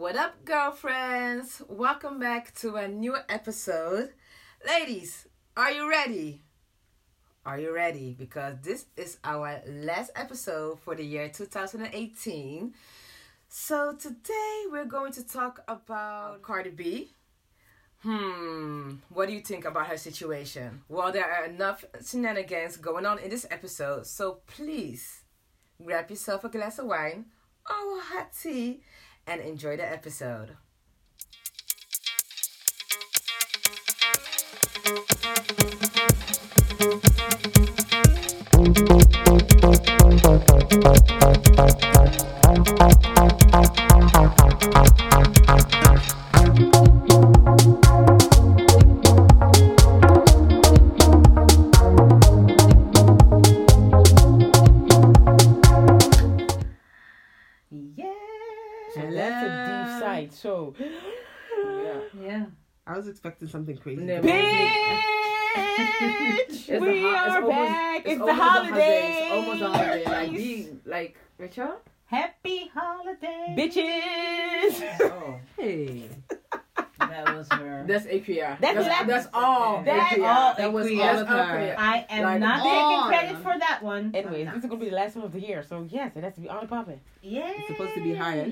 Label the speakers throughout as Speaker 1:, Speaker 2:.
Speaker 1: What up, girlfriends? Welcome back to a new episode. Ladies, are you ready? Are you ready? Because this is our last episode for the year 2018. So today we're going to talk about Cardi B. Hmm, what do you think about her situation? Well, there are enough shenanigans going on in this episode, so please grab yourself a glass of wine or a hot tea and enjoy the episode. Yeah.
Speaker 2: So that's a deep side. So yeah.
Speaker 1: Yeah.
Speaker 3: I was expecting something crazy.
Speaker 1: No.
Speaker 3: Bitch!
Speaker 2: Bitch,
Speaker 1: It's
Speaker 2: we
Speaker 1: the ho- it's
Speaker 2: are
Speaker 1: almost-
Speaker 2: back. It's, the
Speaker 1: almost a
Speaker 2: holiday.
Speaker 1: It's almost a holiday. Like we like Rachel.
Speaker 4: Happy holiday.
Speaker 2: bitches.
Speaker 1: Oh,
Speaker 3: Hey.
Speaker 4: That was her.
Speaker 1: that's APR.
Speaker 2: That's
Speaker 1: that's,
Speaker 2: lap-
Speaker 1: that's all.
Speaker 4: That's
Speaker 1: APR.
Speaker 4: all
Speaker 1: That was
Speaker 4: APR.
Speaker 1: all of
Speaker 3: That's all
Speaker 1: her.
Speaker 4: I am
Speaker 1: Like,
Speaker 4: not
Speaker 3: on.
Speaker 4: taking credit for that one.
Speaker 2: Anyways,
Speaker 4: I'm
Speaker 2: this is gonna be the last one of the year. So yes, it has to be on and popping.
Speaker 4: not. Yay.
Speaker 3: It's supposed to be higher.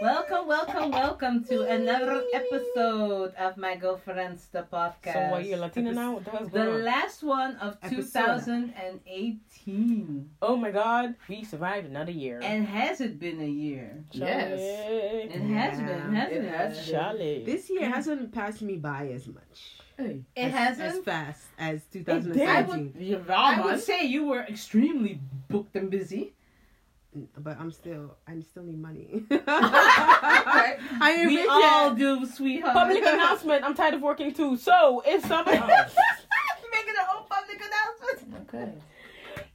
Speaker 4: Welcome, welcome, welcome to another episode of my girlfriend's the podcast.
Speaker 2: So what? You're Latina now. What the hell's
Speaker 4: The
Speaker 2: going on?
Speaker 4: last one of
Speaker 3: Episode.
Speaker 4: 2018.
Speaker 2: oh my God, we survived another year.
Speaker 4: And has it been a year? It
Speaker 2: Yes.
Speaker 4: has
Speaker 3: Yeah,
Speaker 4: been, hasn't it?
Speaker 1: it has.
Speaker 2: Charlie.
Speaker 3: This year hasn't passed me by as much.
Speaker 1: Hey,
Speaker 4: It
Speaker 3: as, As
Speaker 4: hasn't.
Speaker 3: fast as
Speaker 4: I
Speaker 3: 2017.
Speaker 4: would, I would
Speaker 1: man.
Speaker 4: say you were extremely booked and busy.
Speaker 3: But I'm still, I still need money.
Speaker 1: Okay.
Speaker 3: I ain't
Speaker 4: We
Speaker 3: rich
Speaker 4: all
Speaker 3: yet.
Speaker 4: do, sweetheart.
Speaker 2: Public announcement. I'm tired of working too. So if somebody,
Speaker 4: Oh. Making a whole public announcement.
Speaker 1: Okay.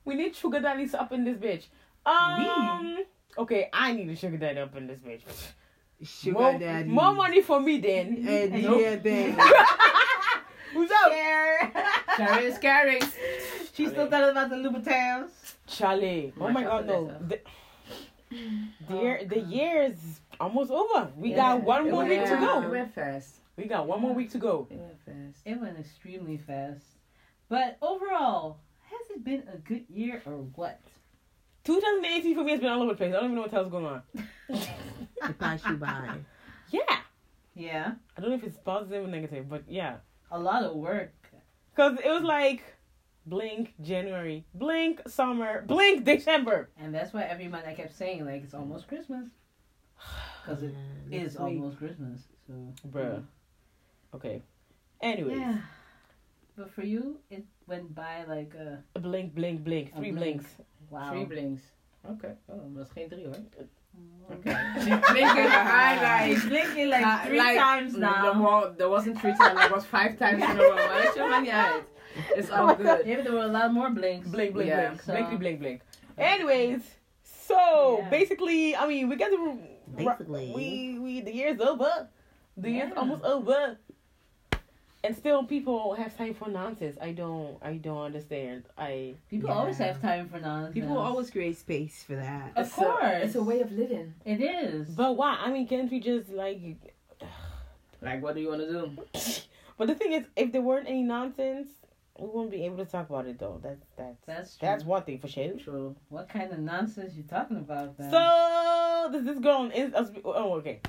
Speaker 2: we need sugar daddies up in this bitch. Um. Okay, I need a sugar daddy up in this bitch.
Speaker 3: Sugar
Speaker 2: more,
Speaker 3: daddy.
Speaker 2: more money for me then.
Speaker 3: And
Speaker 4: Nope.
Speaker 3: yeah, then.
Speaker 2: Who's up?
Speaker 1: Sharon is caring.
Speaker 4: She still thought about the Louboutins.
Speaker 2: Charlie. Oh
Speaker 1: My
Speaker 2: my god, no.
Speaker 1: chocolate
Speaker 2: The, the, year, the year is almost over. We
Speaker 1: Yeah.
Speaker 2: got one
Speaker 1: It
Speaker 2: more
Speaker 1: went
Speaker 2: week to
Speaker 1: fast.
Speaker 2: go.
Speaker 1: It went fast.
Speaker 2: We got one more week to go.
Speaker 1: It went fast.
Speaker 4: It went extremely fast. But overall, has it been a good year or what?
Speaker 2: 2018 for me has been all over the place. I don't even know what the hell's going on.
Speaker 3: It passed you by.
Speaker 2: Yeah.
Speaker 4: Yeah,
Speaker 2: I don't know if it's positive or negative, but yeah.
Speaker 4: a lot of work.
Speaker 2: Because it was like blink January, blink summer, blink December.
Speaker 4: And that's why every month I kept saying, like, it's almost Christmas. Because it
Speaker 3: Yeah,
Speaker 4: is
Speaker 3: next week.
Speaker 4: almost Christmas. So,
Speaker 2: Bruh. Okay. Anyways,
Speaker 4: yeah. But for you, it went by like a
Speaker 2: blink, blink, blink.
Speaker 4: A
Speaker 2: Three
Speaker 4: blink.
Speaker 2: blinks.
Speaker 4: wow.
Speaker 1: Three blinks. Oké, oh, maar dat is geen drie hoor.
Speaker 4: Okay.
Speaker 1: Blinken, highlight.
Speaker 4: She's blinking like
Speaker 1: Uh,
Speaker 4: three
Speaker 1: like,
Speaker 4: times now.
Speaker 1: No, well, there wasn't three times, there was five times in a row. Maar dat je maakt niet uit. It's
Speaker 2: Oh
Speaker 1: all good.
Speaker 4: Maybe there were a lot more blinks.
Speaker 2: Blink, blink,
Speaker 1: Yeah,
Speaker 2: blink.
Speaker 4: so-
Speaker 2: Blinky, blink, blink. Anyways, so
Speaker 4: Yeah.
Speaker 2: basically, I mean, we got the
Speaker 3: Basically.
Speaker 2: we we the year's over. The year's
Speaker 4: Yeah.
Speaker 2: almost over. And still, people have time for nonsense. I don't. I don't understand. I
Speaker 4: People
Speaker 3: Yeah.
Speaker 4: always have time for nonsense.
Speaker 3: People always create space for that.
Speaker 4: Of
Speaker 1: It's a-
Speaker 4: course.
Speaker 1: it's a way of living.
Speaker 4: It is.
Speaker 2: but why? I mean, can't we just like?
Speaker 1: Like, what do you want to do?
Speaker 2: But the thing is, if there weren't any nonsense, we wouldn't be able to talk about it though. That's that's
Speaker 4: that's true.
Speaker 2: that's one thing for sure.
Speaker 1: True.
Speaker 4: what kind of nonsense you talking about then?
Speaker 2: So there's this girl on Insta. Oh, okay.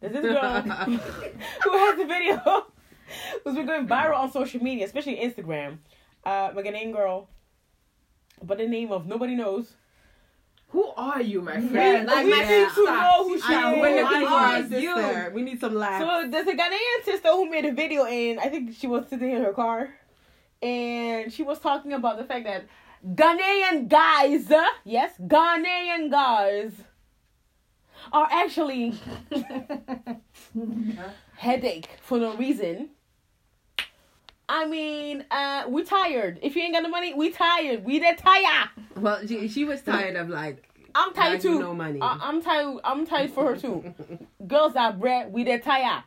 Speaker 2: There's this girl who has a video who's been going viral on social media, especially Instagram. Uh, Ghanaian girl, but the name of nobody knows.
Speaker 1: Who are you, my
Speaker 2: We,
Speaker 1: friend?
Speaker 2: we
Speaker 1: my
Speaker 2: need to
Speaker 1: sister.
Speaker 2: know who she
Speaker 3: I
Speaker 2: is.
Speaker 3: know who
Speaker 1: Who
Speaker 3: I
Speaker 1: are
Speaker 3: am,
Speaker 1: you?
Speaker 3: sister. We need some laughs.
Speaker 2: So there's a Ghanaian sister who made a video, and I think she was sitting in her car, and she was talking about the fact that Ghanaian guys, uh, yes, Ghanaian guys, are actually headache for no reason. I mean, uh, we tired. If you ain't got no money, we tired. We that tired.
Speaker 3: well, she, she was tired of like,
Speaker 2: I'm tired
Speaker 3: Like you
Speaker 2: too.
Speaker 3: no money.
Speaker 2: I- I'm tired. I'm tired for her too. Girls are bread. We that tired.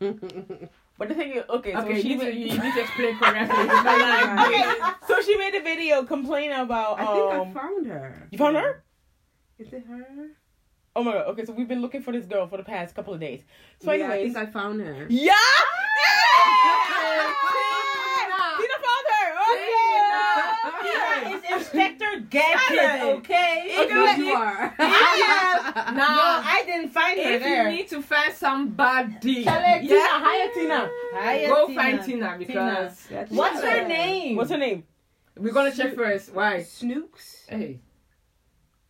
Speaker 2: But the thing is, okay, so
Speaker 1: Okay,
Speaker 2: she
Speaker 1: you need, to,
Speaker 2: made,
Speaker 1: you need to explain correctly. Because, like,
Speaker 2: okay, so she made a video complaining about
Speaker 3: I think I
Speaker 2: um.
Speaker 3: found her.
Speaker 2: You found her?
Speaker 3: Is it her?
Speaker 2: Oh my god. Okay, so we've been looking for this girl for the past couple of days. So,
Speaker 3: yeah, I
Speaker 2: anyways,
Speaker 3: think I found her.
Speaker 2: yeah.
Speaker 5: Tina!
Speaker 2: Tina found her. Oh, Okay.
Speaker 4: Tina is Inspector Gadget,
Speaker 2: Gadget.
Speaker 4: okay?
Speaker 2: Okay.
Speaker 3: Because you are.
Speaker 2: Yeah.
Speaker 4: No, I didn't find her
Speaker 5: If
Speaker 4: there.
Speaker 5: you need to find somebody,
Speaker 4: Tell her Tina,
Speaker 2: hire Tina.
Speaker 4: Hiya,
Speaker 5: go find Tina because
Speaker 4: What's her
Speaker 3: Tina.
Speaker 4: name?
Speaker 2: What's her name?
Speaker 5: we're gonna check first. Why?
Speaker 3: Snooks.
Speaker 5: Hey,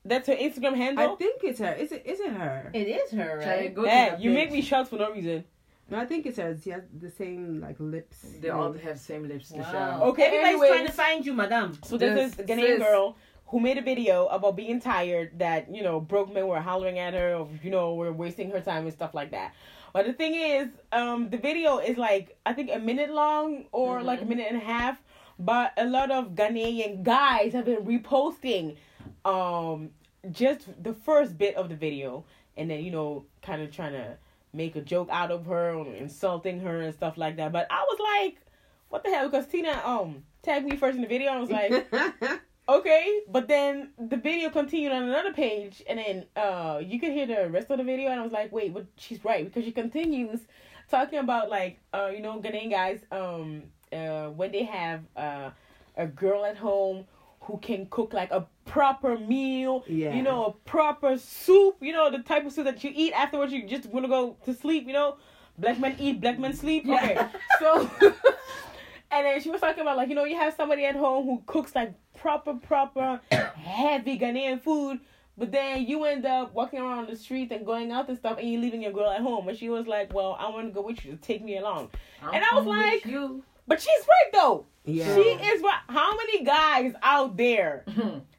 Speaker 2: That's her Instagram
Speaker 3: I
Speaker 2: handle.
Speaker 3: think it's her. Is it? Is it her?
Speaker 4: It is her,
Speaker 5: try
Speaker 4: right?
Speaker 5: go
Speaker 2: Man,
Speaker 5: to the
Speaker 2: you make
Speaker 5: page.
Speaker 2: me shout for no reason.
Speaker 3: No, I think it's her. She has the same like lips.
Speaker 5: They all have same lips. to
Speaker 4: Wow.
Speaker 5: share.
Speaker 2: Okay,
Speaker 4: Everybody's
Speaker 2: anyways.
Speaker 4: trying to find you, madame.
Speaker 2: So there's this
Speaker 5: This- sis.
Speaker 2: Ghanaian girl who made a video about being tired that, you know, broke men were hollering at her of, you know, we're wasting her time and stuff like that. But the thing is, um, the video is like I think a minute long or like a minute and a half. But a lot of Ghanaian guys have been reposting um just the first bit of the video and then, you know, kind of trying to make a joke out of her or insulting her and stuff like that. But I was like, what the hell? Because Tina um tagged me first in the video. I was like, okay. But then the video continued on another page, and then uh you could hear the rest of the video, and I was like, wait, but she's right because she continues talking about like uh you know Ghanaian guys um uh when they have uh a girl at home who can cook like a proper meal
Speaker 3: Yeah.
Speaker 2: you know, a proper soup, you know, the type of soup that you eat afterwards, you just want to go to sleep, you know. Black men eat, black men sleep. Okay. So, and then she was talking about, like, you know, you have somebody at home who cooks like proper, proper, heavy Ghanaian food, but then you end up walking around the streets and going out and stuff, and you're leaving your girl at home. And she was like, well, I want to go with you, take me along. And I was like,
Speaker 5: you.
Speaker 2: But she's right, though.
Speaker 3: Yeah.
Speaker 2: She is right. How many guys out there?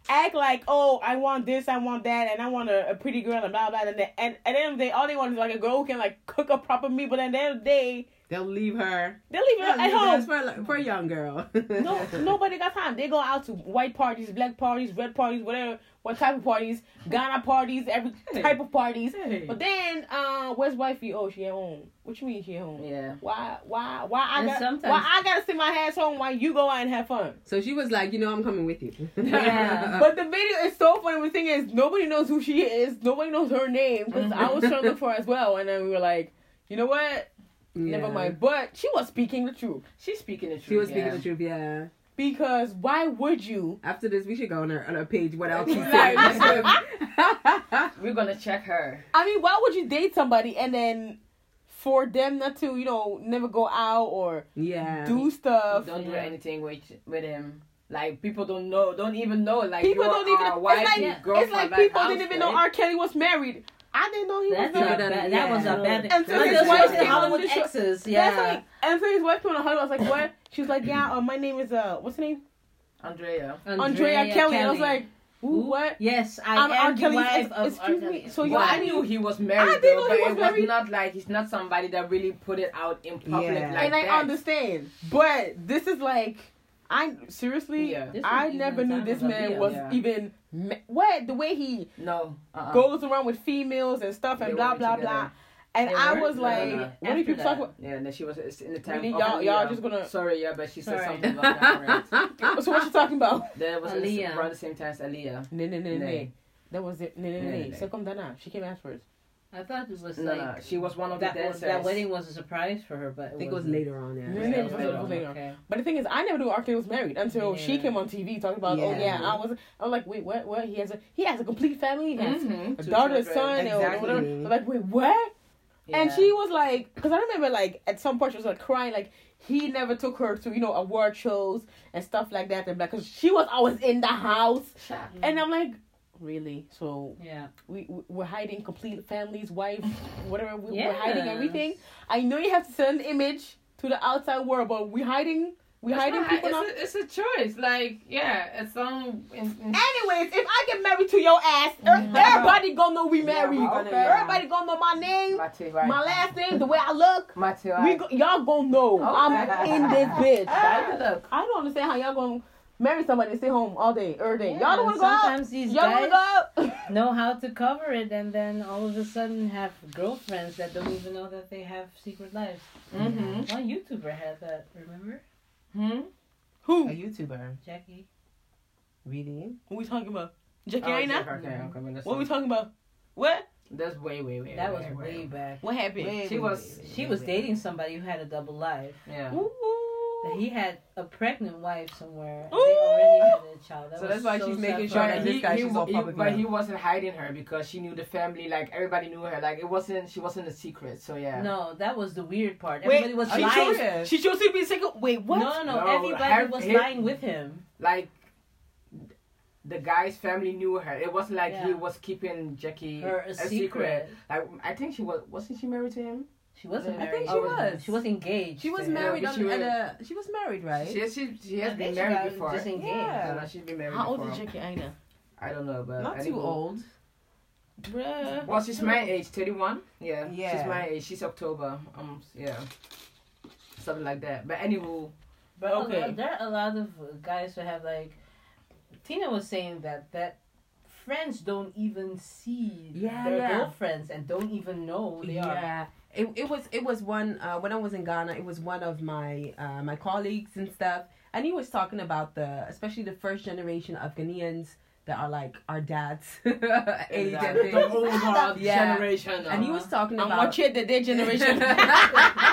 Speaker 2: act like, oh, I want this, I want that, and I want a, a pretty girl, and blah blah. And then, and at the end of the day, all they want is like a girl who can like cook a proper meal. But at the end of the day,
Speaker 3: They'll leave her.
Speaker 2: they leave her
Speaker 3: They'll
Speaker 2: at
Speaker 3: leave her. It's
Speaker 2: home.
Speaker 3: for, a li- for a young girl.
Speaker 2: No, nobody got time. They go out to white parties, black parties, red parties, whatever, what type of parties, Ghana parties, every type of parties.
Speaker 5: Hey.
Speaker 2: But then, uh, where's wifey? Oh, she at home. What you mean she at home?
Speaker 5: Yeah.
Speaker 2: Why, why, why I
Speaker 4: And
Speaker 2: got,
Speaker 4: sometimes-
Speaker 2: why I gotta sit my ass home while you go out and have fun?
Speaker 3: so she was like, you know, I'm coming with you.
Speaker 4: Yeah.
Speaker 2: But the video is so funny. The thing is, nobody knows who she is. Nobody knows her name because I was trying to look for her as well, and then we were like, you know what? Never
Speaker 3: Yeah.
Speaker 2: mind. But she was speaking the truth
Speaker 5: She's speaking the truth.
Speaker 3: She was speaking
Speaker 5: yeah.
Speaker 3: the truth. Yeah.
Speaker 2: because why would you?
Speaker 3: After this, we should go on her on her page. What else? she
Speaker 5: Right.
Speaker 3: said.
Speaker 5: We're gonna check her.
Speaker 2: I mean, why would you date somebody and then for them not to, you know, never go out or
Speaker 3: yeah.
Speaker 2: do stuff?
Speaker 5: Don't do
Speaker 4: Yeah.
Speaker 5: anything with with him. Like people don't know, don't even know. Like
Speaker 2: People
Speaker 5: you're
Speaker 2: don't even.
Speaker 5: our
Speaker 2: it's
Speaker 5: wife,
Speaker 2: like,
Speaker 5: your
Speaker 2: it's
Speaker 5: girlfriend,
Speaker 2: like people
Speaker 5: how's
Speaker 2: didn't even know
Speaker 5: it?
Speaker 2: R. Kelly was married. I didn't know he
Speaker 4: That's
Speaker 2: was
Speaker 4: not
Speaker 2: married.
Speaker 3: Yeah.
Speaker 4: bad. That was a bad
Speaker 2: And so
Speaker 4: One of
Speaker 2: his
Speaker 4: those
Speaker 2: wife
Speaker 4: ones
Speaker 2: came
Speaker 4: in
Speaker 2: on
Speaker 4: Hollywood
Speaker 2: the show-
Speaker 4: exes,
Speaker 2: That's
Speaker 4: yeah.
Speaker 2: like, and so his wife came on the Hollywood. I was like, what? She was like, yeah, uh, my name is uh, what's her name?
Speaker 5: Andrea.
Speaker 2: Andrea, Kelly. I was like, ooh, what?
Speaker 4: Yes, I am
Speaker 2: I'm R.
Speaker 4: the
Speaker 2: Kelly's
Speaker 4: wife
Speaker 2: ex-
Speaker 4: of
Speaker 2: excuse
Speaker 4: R.
Speaker 2: me,
Speaker 4: Kelly.
Speaker 2: so you-
Speaker 5: Well,
Speaker 2: I
Speaker 5: I knew he was
Speaker 2: I
Speaker 5: married,
Speaker 2: didn't
Speaker 5: though,
Speaker 2: know
Speaker 5: but
Speaker 2: he
Speaker 5: it
Speaker 2: was
Speaker 5: was
Speaker 2: married.
Speaker 5: not like he's not somebody that really put it out in public
Speaker 3: Yeah.
Speaker 5: like
Speaker 2: and I
Speaker 5: that.
Speaker 2: understand, but this is like, I seriously,
Speaker 5: Yeah.
Speaker 4: This
Speaker 2: I
Speaker 4: was even
Speaker 2: never
Speaker 4: a
Speaker 2: knew
Speaker 4: time
Speaker 2: this
Speaker 4: of
Speaker 2: man
Speaker 4: appeal.
Speaker 2: was
Speaker 5: Yeah.
Speaker 2: even ma- what the way he
Speaker 5: No, uh-uh.
Speaker 2: goes around with females and stuff and
Speaker 5: They
Speaker 2: blah
Speaker 5: weren't
Speaker 2: blah
Speaker 5: together.
Speaker 2: blah. And
Speaker 4: They
Speaker 2: I
Speaker 4: weren't?
Speaker 2: was
Speaker 5: No, no,
Speaker 2: like,
Speaker 5: no.
Speaker 2: what do
Speaker 4: After
Speaker 2: people talk
Speaker 4: that.
Speaker 2: about?
Speaker 5: Yeah, and then she was it's in the time.
Speaker 2: We need
Speaker 5: of
Speaker 2: y'all- y'all
Speaker 5: Aaliyah.
Speaker 2: just gonna-
Speaker 5: Sorry, yeah, but she said
Speaker 4: Sorry.
Speaker 5: something about that. Right?
Speaker 3: Ah.
Speaker 2: So what you talking about?
Speaker 5: That was
Speaker 4: Aaliyah.
Speaker 5: around the same time as Aaliyah.
Speaker 2: No no no no.
Speaker 5: Nay.
Speaker 2: That was it. No no
Speaker 5: Nay,
Speaker 2: no.
Speaker 5: nay.
Speaker 2: Second Dana, she came afterwards.
Speaker 4: I thought it was
Speaker 5: No,
Speaker 4: like
Speaker 5: no, she was one of
Speaker 4: that,
Speaker 5: the
Speaker 4: was,
Speaker 5: dancers.
Speaker 4: that wedding was a surprise for her, but
Speaker 3: I think it was later on. Yeah.
Speaker 2: Yeah.
Speaker 5: Yeah,
Speaker 2: It
Speaker 5: it
Speaker 2: was
Speaker 5: was
Speaker 2: later.
Speaker 5: later.
Speaker 2: later.
Speaker 4: Okay.
Speaker 2: But the thing is, I never knew R. Kelly was married until she
Speaker 4: Yeah.
Speaker 2: came on TV talking about, oh
Speaker 3: Yeah.
Speaker 2: yeah, I was. I was like, wait, what? What? He has a he has a complete family. He has
Speaker 1: Mm-hmm.
Speaker 5: Mhm.
Speaker 2: a
Speaker 5: Two
Speaker 2: Mm-hmm. daughter, a
Speaker 5: children.
Speaker 2: son,
Speaker 3: Exactly.
Speaker 2: and whatever. I'm like, wait, what? And
Speaker 4: Yeah.
Speaker 2: she was like, because I remember like at some point she was like crying, like he never took her to you know award shows and stuff like that, and because she was always in the house,
Speaker 1: Mm.
Speaker 5: Shock.
Speaker 2: and I'm like, really? So
Speaker 4: Yeah.
Speaker 2: we we- we're hiding complete families, wives, whatever. We, We're
Speaker 4: Yes.
Speaker 2: hiding everything. I know you have to send an image to the outside world, but we're hiding. We're
Speaker 5: It's
Speaker 2: hiding
Speaker 5: not-
Speaker 2: people
Speaker 5: it's,
Speaker 2: now.
Speaker 5: a, it's a choice. Like, yeah, it's some. In, in,
Speaker 2: Anyways, if I get married to your ass, er- everybody gonna know we married.
Speaker 5: Yeah, okay.
Speaker 2: Everybody gonna know my name,
Speaker 5: Matthew,
Speaker 2: my last name, the way I look.
Speaker 5: Matthew,
Speaker 2: We go- Ah. y'all gonna know I'm
Speaker 5: Okay.
Speaker 2: in this bitch.
Speaker 5: Bad look.
Speaker 2: I don't understand how y'all gonna marry somebody and stay home all day, every day.
Speaker 4: Yeah,
Speaker 2: y'all don't wanna go out.
Speaker 4: Sometimes these
Speaker 2: Y'all wanna
Speaker 4: guys
Speaker 2: go out.
Speaker 4: know how to cover it, and then all of a sudden have girlfriends that don't even know that they have secret lives.
Speaker 3: Hmm?
Speaker 5: Mm-hmm.
Speaker 4: One YouTuber had that. Remember
Speaker 5: Hmm?
Speaker 3: A
Speaker 2: Who?
Speaker 3: YouTuber.
Speaker 4: Jackie?
Speaker 3: Really?
Speaker 2: What we talking about? Jackie Aina?
Speaker 4: Oh,
Speaker 5: Okay, okay, okay.
Speaker 2: What we talking about? What?
Speaker 5: That's way, way, way.
Speaker 4: That was
Speaker 5: way,
Speaker 4: way back.
Speaker 2: What happened?
Speaker 5: Way-
Speaker 4: She was
Speaker 5: wait,
Speaker 4: she
Speaker 5: wait,
Speaker 4: was
Speaker 5: wait.
Speaker 4: dating somebody who had a double life.
Speaker 5: Yeah.
Speaker 4: That
Speaker 2: Ooh.
Speaker 4: he had a pregnant wife somewhere. And they
Speaker 2: Ooh.
Speaker 4: already had a child. That
Speaker 3: So
Speaker 4: was
Speaker 3: that's why she's making
Speaker 4: sad
Speaker 3: sure
Speaker 4: for
Speaker 3: that
Speaker 4: her.
Speaker 5: But
Speaker 3: this
Speaker 5: he,
Speaker 3: guy,
Speaker 5: he,
Speaker 3: she's
Speaker 5: wa-
Speaker 3: on
Speaker 5: he-
Speaker 3: public
Speaker 5: but
Speaker 3: now.
Speaker 5: he wasn't hiding her because she knew the family. Like everybody knew her. Like it wasn't. She wasn't a secret. So yeah.
Speaker 4: No, that was the weird part.
Speaker 2: Wait,
Speaker 4: Everybody was
Speaker 2: she
Speaker 4: lying.
Speaker 2: chose,
Speaker 3: lying.
Speaker 2: she chose to be single. Wait, what?
Speaker 4: No, no, no.
Speaker 5: No,
Speaker 4: Everybody
Speaker 5: her-
Speaker 4: was
Speaker 5: he-
Speaker 4: lying with him.
Speaker 5: Like the guy's family knew her. It wasn't like he
Speaker 4: Yeah.
Speaker 5: was keeping Jackie
Speaker 4: Her a secret.
Speaker 5: Like I think she was. Wasn't she married to him?
Speaker 4: She wasn't
Speaker 5: I
Speaker 4: married.
Speaker 5: think
Speaker 4: Oh,
Speaker 3: she was.
Speaker 4: She was engaged.
Speaker 3: She was
Speaker 4: to him.
Speaker 3: married
Speaker 5: Yeah,
Speaker 3: on,
Speaker 5: she was-
Speaker 3: at a, she was married, right?
Speaker 5: She she, she
Speaker 4: Yeah,
Speaker 5: has
Speaker 4: they
Speaker 5: been
Speaker 4: should
Speaker 5: married
Speaker 4: have
Speaker 5: before.
Speaker 4: Just engaged.
Speaker 5: No,
Speaker 3: Yeah.
Speaker 5: no, she's been married
Speaker 2: How old
Speaker 5: before.
Speaker 2: is Jackie Aina?
Speaker 5: I don't know, but I
Speaker 3: Not
Speaker 5: think-
Speaker 3: too old.
Speaker 2: Bruh.
Speaker 5: Well, she's my age, thirty-one. Yeah,
Speaker 3: Yeah.
Speaker 5: she's my age. She's October. Um, yeah, something like that. But anywho,
Speaker 4: But a
Speaker 2: Okay.
Speaker 4: lot- there are a lot of uh, guys who have like. Tina was saying that that friends don't even see
Speaker 3: Yeah,
Speaker 4: their
Speaker 3: yeah.
Speaker 4: girlfriends and don't even know they are.
Speaker 3: yeah. It, it was it was one uh, when I was in Ghana. It was one of my uh, my colleagues and stuff, and he was talking about the especially the first generation of Ghanaians that are like our dads age and
Speaker 5: Exactly. the
Speaker 3: things.
Speaker 5: old hard
Speaker 3: Yeah.
Speaker 5: generation.
Speaker 3: And he was talking
Speaker 2: I'm
Speaker 3: about
Speaker 2: watching the day generation.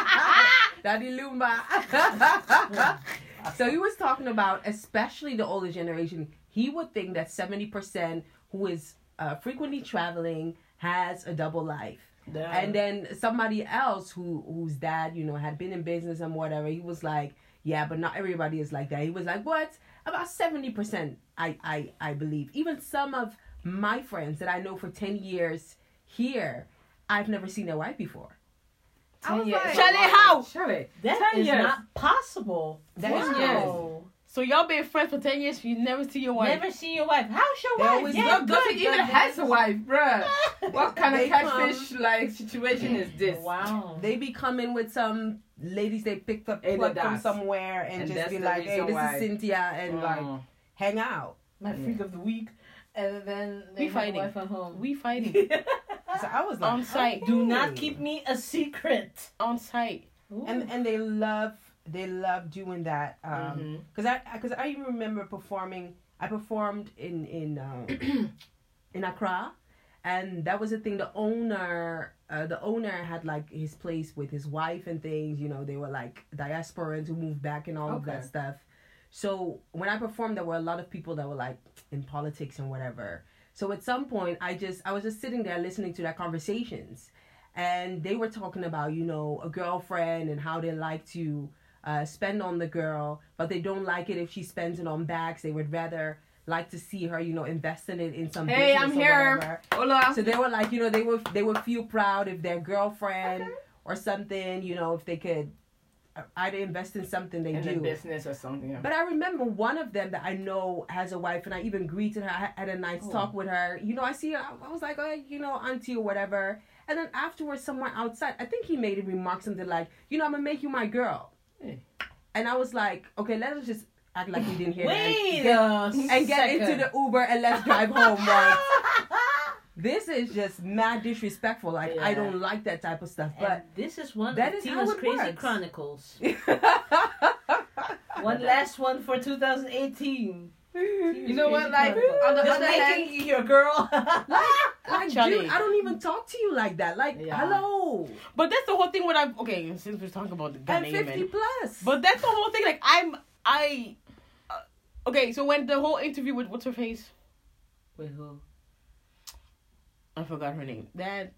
Speaker 3: Daddy Lumba. so he was talking about, especially the older generation. He would think that seventy percent who is uh, frequently traveling has a double life, and then somebody else who whose dad you know had been in business and whatever. He was like, yeah, but not everybody is like that. He was like, what? About seventy percent, I I I believe. Even some of my friends that I know for ten years here, I've never seen their wife before. I was like-
Speaker 2: Charlie, how?
Speaker 5: Charlie,
Speaker 4: That
Speaker 5: Ten
Speaker 4: is
Speaker 5: years.
Speaker 4: not possible.
Speaker 3: Ten
Speaker 4: wow.
Speaker 2: so y'all been friends for ten years, you never see your wife.
Speaker 4: Never seen your wife. How's your
Speaker 3: They
Speaker 4: wife?
Speaker 3: always
Speaker 4: Yeah,
Speaker 3: look
Speaker 5: Does
Speaker 4: good,
Speaker 5: he even
Speaker 4: but-
Speaker 5: has a wife, bruh? What kind of
Speaker 3: They
Speaker 5: catfish like situation is this?
Speaker 4: Wow.
Speaker 3: They be coming with some ladies they picked up
Speaker 5: In the
Speaker 3: plucked from
Speaker 5: dust.
Speaker 3: somewhere
Speaker 5: And
Speaker 3: and, just
Speaker 5: that's
Speaker 3: be
Speaker 5: the
Speaker 3: like, hey,
Speaker 5: reason
Speaker 3: this
Speaker 5: why.
Speaker 3: is Cynthia, and like
Speaker 5: Mm.
Speaker 3: hang out.
Speaker 4: My freak of the week. And then
Speaker 2: We
Speaker 4: they
Speaker 2: fighting.
Speaker 4: Wife at home.
Speaker 2: We fighting
Speaker 3: So I was like,
Speaker 2: on site,
Speaker 4: do not keep me a secret.
Speaker 2: on site.
Speaker 3: and and they love they love doing that because
Speaker 5: Mhm.
Speaker 3: I because I even remember performing. I performed in in um, in Accra, and that was the thing. The owner uh, the owner had like his place with his wife and things. You know, they were like diasporans who moved back and all of that
Speaker 5: Okay.
Speaker 3: stuff. So when I performed, there were a lot of people that were like in politics and whatever. So at some point, I just I was just sitting there listening to their conversations, and they were talking about you know a girlfriend and how they like to uh, spend on the girl, but they don't like it if she spends it on bags. They would rather like to see her you know investing it in some
Speaker 5: Hey,
Speaker 3: business
Speaker 5: I'm
Speaker 3: or
Speaker 5: here.
Speaker 3: whatever.
Speaker 5: Hola.
Speaker 3: So they were like you know they would they would feel proud if their girlfriend or something you know if they could uh, either invest in something they
Speaker 5: In
Speaker 3: do.
Speaker 5: the business or something. yeah.
Speaker 3: But I remember one of them that I know has a wife, and I even greeted her. I had a nice
Speaker 5: Oh.
Speaker 3: talk with her. You know, I see her. I- I was like, oh, you know, auntie or whatever. And then afterwards, somewhere outside, I think he made a remark, something like, you know, I'm gonna make you my girl.
Speaker 5: Hey.
Speaker 3: And I was like, okay, let us just act like we didn't hear
Speaker 4: Wait
Speaker 3: that.
Speaker 4: a
Speaker 3: And, and get into the Uber and let's drive home. Like, this is just mad disrespectful. Like, I
Speaker 5: Yeah.
Speaker 3: don't like that type of stuff.
Speaker 4: But this is one
Speaker 3: That
Speaker 4: of
Speaker 3: is
Speaker 4: Tina's
Speaker 3: how it
Speaker 4: Crazy
Speaker 3: works.
Speaker 4: Chronicles.
Speaker 3: But
Speaker 4: One last one for 2018.
Speaker 5: You know what? Like on the
Speaker 4: Just
Speaker 5: other hand,
Speaker 4: making you your girl.
Speaker 3: Like,
Speaker 2: Charlie.
Speaker 3: dude, I don't even talk to you like that. Like,
Speaker 5: Yeah.
Speaker 3: hello.
Speaker 2: But that's the whole thing. When I okay, since we're talking about the
Speaker 3: I'm
Speaker 2: Ghanaian
Speaker 3: 50
Speaker 2: men,
Speaker 3: plus.
Speaker 2: but that's the whole thing. Like I'm I. uh, Okay, so when the whole interview with what's her face,
Speaker 5: with who?
Speaker 2: I forgot her name. That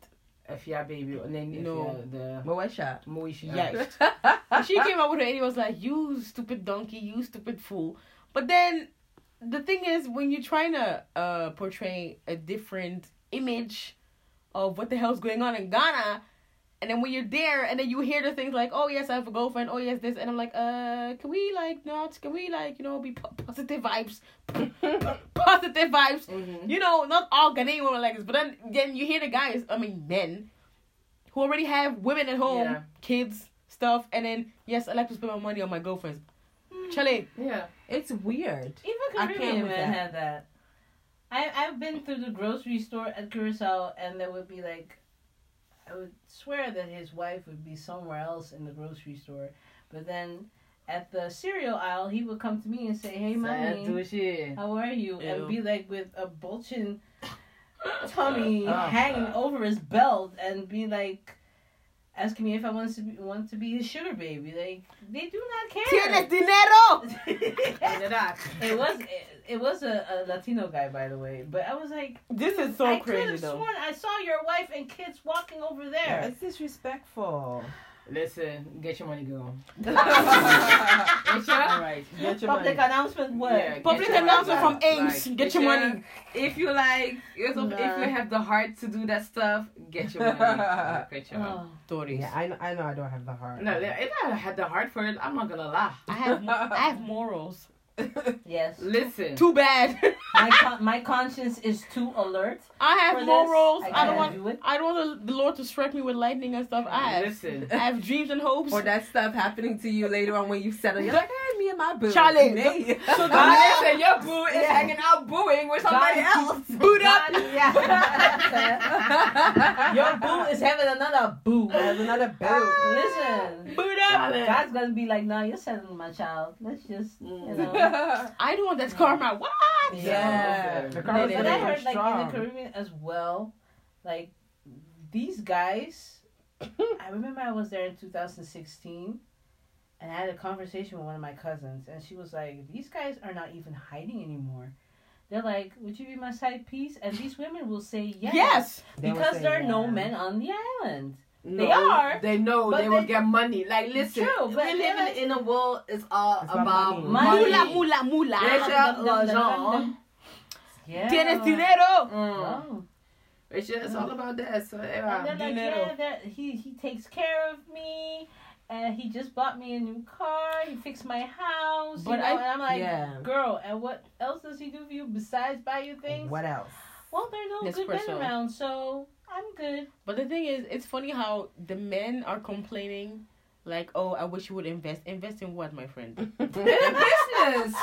Speaker 5: Afia baby, and then
Speaker 2: No.
Speaker 5: no. the
Speaker 3: Moesha.
Speaker 5: Moisha.
Speaker 2: Yikes. she came out with her and he was like, "You stupid donkey, you stupid fool." But then the thing is, when you're trying to uh, portray a different image of what the hell's going on in Ghana, and then when you're there and then you hear the things like, "Oh yes, I have a girlfriend," "Oh yes, this," and I'm like, "Uh, can we like not? Can we like you know be po- positive vibes, positive vibes?"
Speaker 5: Mhm.
Speaker 2: You know, not all Ghanaian women are like this, but then then you hear the guys, I mean men, who already have women at home,
Speaker 5: Yeah.
Speaker 2: kids, stuff, and then yes, I like to spend my money on my girlfriends. Chale,
Speaker 5: Yeah.
Speaker 3: It's weird.
Speaker 4: Even
Speaker 3: I
Speaker 4: Caribbean
Speaker 3: can't with
Speaker 4: men
Speaker 3: that.
Speaker 4: have that. I I've been through the grocery store at Curacao, and there would be like, I would swear that his wife would be somewhere else in the grocery store, but then at the cereal aisle, he would come to me and say, "Hey, mommy,
Speaker 5: Sad douche.
Speaker 4: how are you?"
Speaker 2: Ew.
Speaker 4: and be like with a bulging tummy
Speaker 3: Oh.
Speaker 4: hanging over his belt and be like asking me if I want to be, want to be his sugar baby. Like they do not
Speaker 5: Tienes dinero.
Speaker 4: care. it was it, it was a, a Latino guy by the way, but I was like
Speaker 2: This is so
Speaker 4: I could
Speaker 2: crazy
Speaker 4: have
Speaker 2: though.
Speaker 4: sworn I saw your wife and kids walking over there.
Speaker 2: It's disrespectful.
Speaker 1: Listen, get your money, girl.
Speaker 4: Get your-
Speaker 1: All right, get your
Speaker 4: Public
Speaker 1: money.
Speaker 4: announcement what?
Speaker 1: Yeah, get
Speaker 2: Public
Speaker 1: your money
Speaker 2: announcement from
Speaker 1: back.
Speaker 2: Ames.
Speaker 1: Like,
Speaker 2: Get your money.
Speaker 1: If you like, if you
Speaker 4: Nah.
Speaker 1: have the heart to do that stuff, get your money. Like, get your money.
Speaker 4: Oh.
Speaker 2: Stories.
Speaker 3: Yeah, I know, I know I don't have the heart.
Speaker 1: No, if I had the heart for it, I'm not gonna lie.
Speaker 2: I have I have morals.
Speaker 4: Yes.
Speaker 1: Listen,
Speaker 2: Too bad.
Speaker 4: My con- my conscience is too alert.
Speaker 2: I
Speaker 4: For
Speaker 2: have
Speaker 4: this,
Speaker 2: morals.
Speaker 4: I
Speaker 2: I, don't
Speaker 4: can't
Speaker 2: want
Speaker 4: do it.
Speaker 2: I don't want the, the Lord to strike me with lightning and stuff. I have
Speaker 1: listen.
Speaker 2: I have dreams and hopes.
Speaker 3: Or that stuff happening to you later on when you settle. You're like, hey, me and my boo.
Speaker 2: Charlie,
Speaker 3: Me.
Speaker 2: so the-
Speaker 1: Ah, listen, your boo is
Speaker 3: Yeah.
Speaker 1: hanging out booing with somebody
Speaker 4: God.
Speaker 1: else.
Speaker 2: boot up.
Speaker 4: Your boo is having another boo.
Speaker 3: There's another boo.
Speaker 4: Listen,
Speaker 2: Boot up.
Speaker 4: God's gonna be like, no, you're sending my child. Let's just, you know.
Speaker 3: yeah.
Speaker 2: I don't want that karma. What?
Speaker 3: The
Speaker 4: But
Speaker 3: conversation
Speaker 4: I
Speaker 3: was
Speaker 4: heard like in
Speaker 3: strong.
Speaker 4: the Caribbean as well, like these guys. I remember I was there in 2016, and I had a conversation with one of my cousins, and she was like, "These guys are not even hiding anymore. They're like, would you be my side piece?" And these women will say yes,
Speaker 2: Yes.
Speaker 3: They would
Speaker 4: because
Speaker 3: say
Speaker 4: there are no
Speaker 3: yeah.
Speaker 4: men on the island.
Speaker 1: No,
Speaker 4: They are,
Speaker 1: They know
Speaker 4: but
Speaker 1: they will
Speaker 4: they-
Speaker 1: get money. Like, listen,
Speaker 4: True, but
Speaker 1: we're living
Speaker 4: they-
Speaker 1: in a world. It's all
Speaker 3: It's about
Speaker 1: about
Speaker 4: money.
Speaker 1: money.
Speaker 2: Mula mula mula.
Speaker 1: Yes. Rachel Lajean.
Speaker 4: Yeah.
Speaker 2: Tienes
Speaker 1: Mm.
Speaker 2: dinero.
Speaker 4: Oh.
Speaker 1: It's just it's all about that. So
Speaker 2: Um,
Speaker 4: And
Speaker 1: yeah.
Speaker 4: they're like,
Speaker 2: Dinero.
Speaker 4: yeah, that he he takes care of me, and he just bought me a new car. He fixed my house.
Speaker 2: But
Speaker 4: you know,
Speaker 2: I-
Speaker 4: and I'm like,
Speaker 3: yeah.
Speaker 4: girl, and what else does he do for you besides buy you
Speaker 1: Mm.
Speaker 4: things?
Speaker 3: What else?
Speaker 4: Well, there are no good men
Speaker 2: Nespresso.
Speaker 4: around, so I'm good.
Speaker 2: But the thing is, it's funny how the men are complaining, like, "Oh, I wish you would invest. Invest in what, my friend?
Speaker 1: In business.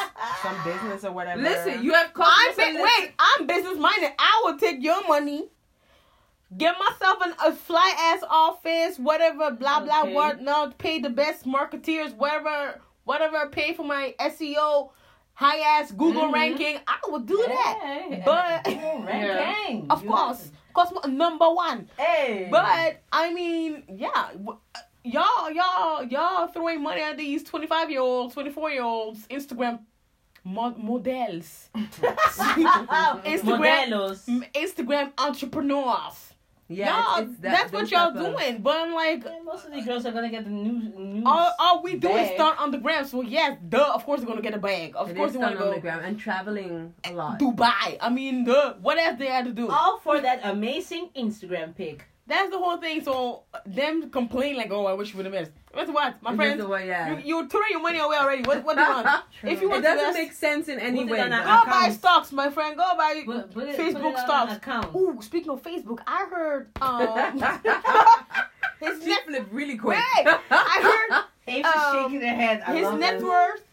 Speaker 3: Some business or whatever.
Speaker 1: Listen, you have
Speaker 2: I'm
Speaker 1: companies.
Speaker 2: bu-
Speaker 1: that-
Speaker 2: wait. I'm business minded. I will take your money." Get myself an, a fly ass office, whatever, blah blah,
Speaker 4: Okay.
Speaker 2: what not pay the best marketeers, whatever, whatever, pay for my SEO, high ass Google
Speaker 4: Mhm.
Speaker 2: ranking. I would do that,
Speaker 4: Hey,
Speaker 2: but
Speaker 4: hey, rank,
Speaker 1: Yeah.
Speaker 4: gang.
Speaker 2: of
Speaker 4: You
Speaker 2: course, course mo- number one.
Speaker 4: know- Hey.
Speaker 2: But I mean, yeah, w- uh, y'all, y'all, y'all throwing money at these twenty-five year olds, twenty-four year olds Instagram mo- models, Instagram
Speaker 4: Modelos.
Speaker 2: m- Instagram entrepreneurs.
Speaker 3: yeah,
Speaker 2: y'all,
Speaker 3: it's- it's that-
Speaker 2: that's
Speaker 3: those
Speaker 2: what y'all
Speaker 3: type of-
Speaker 2: doing. But I'm like,
Speaker 4: Yeah, Most of these girls are gonna get the new news.
Speaker 2: all, all we do is
Speaker 4: Bag.
Speaker 2: start on the gram. So yes, duh, of course we're gonna get a bag. Of
Speaker 3: It
Speaker 2: course
Speaker 3: is
Speaker 2: we wanna
Speaker 3: done on
Speaker 2: go
Speaker 3: the ground and traveling a lot.
Speaker 2: Dubai. I mean, duh, what else they had to do?
Speaker 4: all for that amazing Instagram pic.
Speaker 2: That's the whole thing. So them complain like, oh, I wish you would have missed. That's what, my
Speaker 3: It
Speaker 2: friends.
Speaker 3: doesn't work, yeah.
Speaker 2: You, you're throwing your money away already. What, what do you want? If you
Speaker 3: it
Speaker 2: want to
Speaker 3: doesn't
Speaker 2: invest-
Speaker 3: make sense in any
Speaker 4: Put it
Speaker 3: way.
Speaker 4: on
Speaker 3: but-
Speaker 4: a-
Speaker 2: Go buy
Speaker 4: accounts.
Speaker 2: stocks, my friend. Go buy
Speaker 4: Put, put it, put
Speaker 2: Facebook
Speaker 4: it on
Speaker 2: stocks.
Speaker 4: an account.
Speaker 2: Ooh, speaking of Facebook, I heard um his
Speaker 3: She
Speaker 2: net
Speaker 3: flipped really quick.
Speaker 2: Wait, I
Speaker 4: Ames
Speaker 2: Um,
Speaker 4: is shaking her head. I
Speaker 2: heard his
Speaker 4: love
Speaker 2: net
Speaker 4: it.
Speaker 2: worth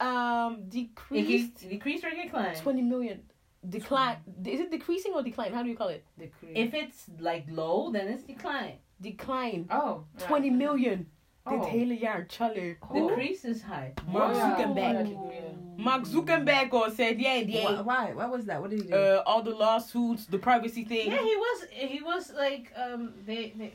Speaker 2: um
Speaker 4: It
Speaker 2: decreased
Speaker 4: gets- decrease or decline.
Speaker 2: twenty million. Decline is it decreasing or decline? How do you call it?
Speaker 1: The cream.
Speaker 4: If it's like low, then it's decline.
Speaker 2: Decline.
Speaker 1: oh, right.
Speaker 2: Twenty million. Dit
Speaker 1: Oh.
Speaker 2: hele jaar, Charlie.
Speaker 1: Oh.
Speaker 4: Decrease is high.
Speaker 2: Mark
Speaker 1: Wow.
Speaker 2: Zuckerberg. Mark Zuckerberg or said yeah,
Speaker 3: Why,
Speaker 2: yeah.
Speaker 3: why? What was that? What did he do?
Speaker 2: Uh, all the lawsuits, the privacy thing.
Speaker 4: Yeah, he was. He was like um. They they.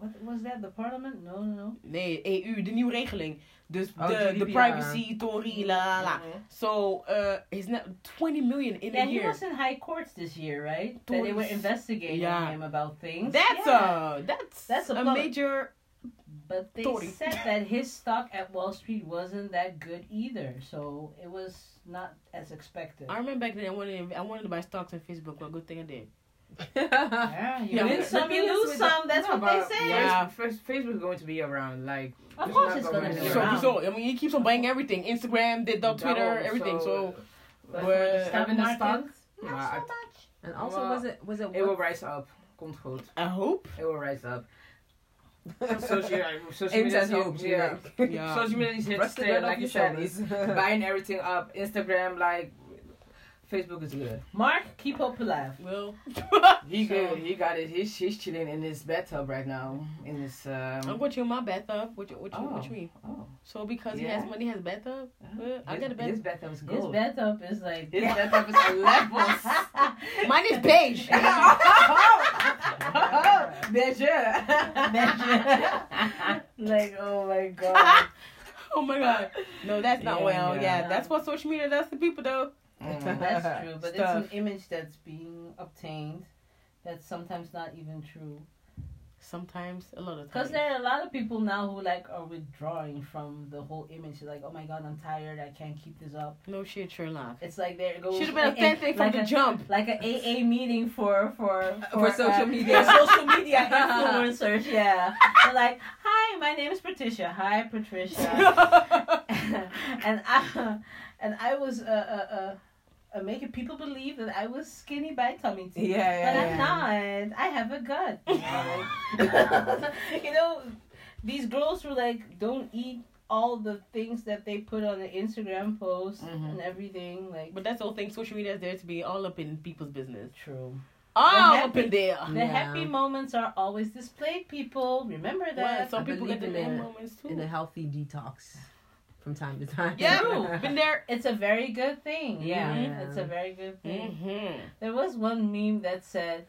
Speaker 4: What was that? The parliament? No, no, no.
Speaker 2: Nee, EU, de nieuwe regeling. Dus
Speaker 3: Oh,
Speaker 2: de, de
Speaker 3: GDPR.
Speaker 2: privacy, Tory, la la la.
Speaker 1: Mhm.
Speaker 2: So, uh, is net 20 million in
Speaker 4: Yeah,
Speaker 2: a
Speaker 4: he
Speaker 2: year.
Speaker 4: was in high courts this year, right? That they were
Speaker 2: Tories.
Speaker 4: investigating
Speaker 2: Yeah.
Speaker 4: him about things.
Speaker 2: That's
Speaker 4: yeah.
Speaker 2: a that's
Speaker 4: That's
Speaker 2: a,
Speaker 4: a plug.
Speaker 2: major.
Speaker 4: But they
Speaker 2: Tory.
Speaker 4: said that his stock at Wall Street wasn't that good either, so it was not as expected.
Speaker 2: I remember back then I wanted I wanted to buy stocks on Facebook, but good thing I did.
Speaker 4: Yeah, you
Speaker 2: Yeah,
Speaker 4: win
Speaker 2: but
Speaker 4: some,
Speaker 3: the
Speaker 4: you
Speaker 3: thing is
Speaker 4: lose
Speaker 3: with the-
Speaker 4: some. That's
Speaker 1: No,
Speaker 4: what
Speaker 1: but
Speaker 4: they say.
Speaker 2: Yeah.
Speaker 1: First, first, uh, Facebook is going to be around. Like,
Speaker 4: Of
Speaker 1: It's
Speaker 4: course,
Speaker 1: not
Speaker 4: it's
Speaker 1: going
Speaker 4: gonna be
Speaker 1: Yeah.
Speaker 2: So,
Speaker 4: around.
Speaker 2: so I mean, he keeps on buying everything: Instagram, did up, Twitter,
Speaker 1: so-
Speaker 2: everything. So,
Speaker 1: like,
Speaker 2: we're-
Speaker 1: having the
Speaker 4: Stock
Speaker 1: stock,
Speaker 4: market?
Speaker 1: Yeah,
Speaker 4: Not so
Speaker 1: I-
Speaker 4: much.
Speaker 3: and also,
Speaker 1: well,
Speaker 3: was it was it?
Speaker 1: it will rise up. Komt goed.
Speaker 2: I hope.
Speaker 1: It will rise up.
Speaker 3: what-
Speaker 1: Social, social
Speaker 3: Ames
Speaker 1: media
Speaker 3: has
Speaker 1: is here.
Speaker 3: hope,
Speaker 1: Yeah.
Speaker 3: you know.
Speaker 2: Yeah.
Speaker 1: Social media is here to
Speaker 3: Brush the
Speaker 1: stay.
Speaker 3: dirt
Speaker 1: Like
Speaker 3: off
Speaker 1: you
Speaker 3: your
Speaker 1: said, it's
Speaker 3: shoulders.
Speaker 1: buying everything up. Instagram, like Facebook is good.
Speaker 4: Mark, keep hope alive.
Speaker 2: Well,
Speaker 1: He
Speaker 4: So-
Speaker 1: good. He got it. He's he's chilling in his bathtub right now. In his
Speaker 2: I'm
Speaker 1: um.
Speaker 2: going to my bathtub. What you, what you, what
Speaker 1: Oh.
Speaker 2: you mean?
Speaker 1: Oh.
Speaker 2: So because he
Speaker 1: Yeah.
Speaker 2: has money, he has bathtub. Well, I
Speaker 1: his,
Speaker 2: got a
Speaker 1: His
Speaker 2: bathtub.
Speaker 1: bathtub is
Speaker 4: His
Speaker 1: gold.
Speaker 4: bathtub is like
Speaker 1: His bathtub is on levels.
Speaker 2: Mine is beige.
Speaker 4: like oh my god.
Speaker 2: oh my god. No, that's not
Speaker 1: Yeah,
Speaker 2: well. Yeah.
Speaker 1: yeah.
Speaker 2: that's what social media does to people though.
Speaker 1: Mm.
Speaker 4: That's true, but
Speaker 2: Stuff.
Speaker 4: it's an image that's being obtained that's sometimes not even true.
Speaker 2: Sometimes a lot of times.
Speaker 4: Because there are a lot of people now who like are withdrawing from the whole image. They're like, oh my god, I'm tired. I can't keep this up.
Speaker 2: no shit, sure enough.
Speaker 4: It's like there it goes.
Speaker 2: Should have been a
Speaker 4: and-
Speaker 2: fan
Speaker 4: and
Speaker 2: thing from
Speaker 4: like
Speaker 2: the
Speaker 4: a,
Speaker 2: jump.
Speaker 4: Like an AA meeting for for uh,
Speaker 1: For social
Speaker 2: uh,
Speaker 1: media.
Speaker 4: social media influencers. Yeah, They're like, hi, my name is Patricia. Hi, Patricia. and I and I was uh, uh, uh, uh, making people believe that I was skinny by tummy tea.
Speaker 1: Yeah, yeah,
Speaker 4: but
Speaker 1: yeah.
Speaker 4: I'm not. I have a gut. you know? you know, these girls were like, don't eat all the things that they put on the Instagram post
Speaker 1: Mhm.
Speaker 4: and everything. Like,
Speaker 2: But that's the whole thing. Social media is there to be all up in people's business.
Speaker 4: true.
Speaker 2: All
Speaker 4: happy.
Speaker 2: up in there.
Speaker 4: The
Speaker 3: Yeah.
Speaker 4: happy moments are always displayed. People remember
Speaker 2: Well,
Speaker 4: that.
Speaker 2: some
Speaker 3: I
Speaker 2: people get the
Speaker 3: believe in
Speaker 2: bad
Speaker 3: it.
Speaker 2: moments too.
Speaker 3: in a healthy detox from time to time.
Speaker 2: yeah, been there.
Speaker 4: it's a very good thing.
Speaker 3: Yeah.
Speaker 4: it's a very good thing.
Speaker 2: Mm-hmm.
Speaker 4: There was one meme that said,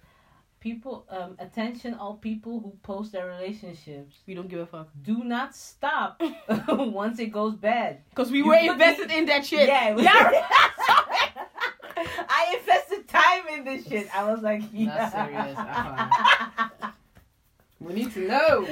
Speaker 4: "People, um, attention, all people who post their relationships,
Speaker 2: We don't give a fuck
Speaker 4: do not stop once it goes bad."
Speaker 2: because we
Speaker 4: You
Speaker 2: were
Speaker 4: put
Speaker 2: invested in that shit.
Speaker 4: Yeah, it was-
Speaker 2: yeah.
Speaker 4: I invested time in this shit. I was like, yeah.
Speaker 1: Not serious. Uh-huh. We need to know.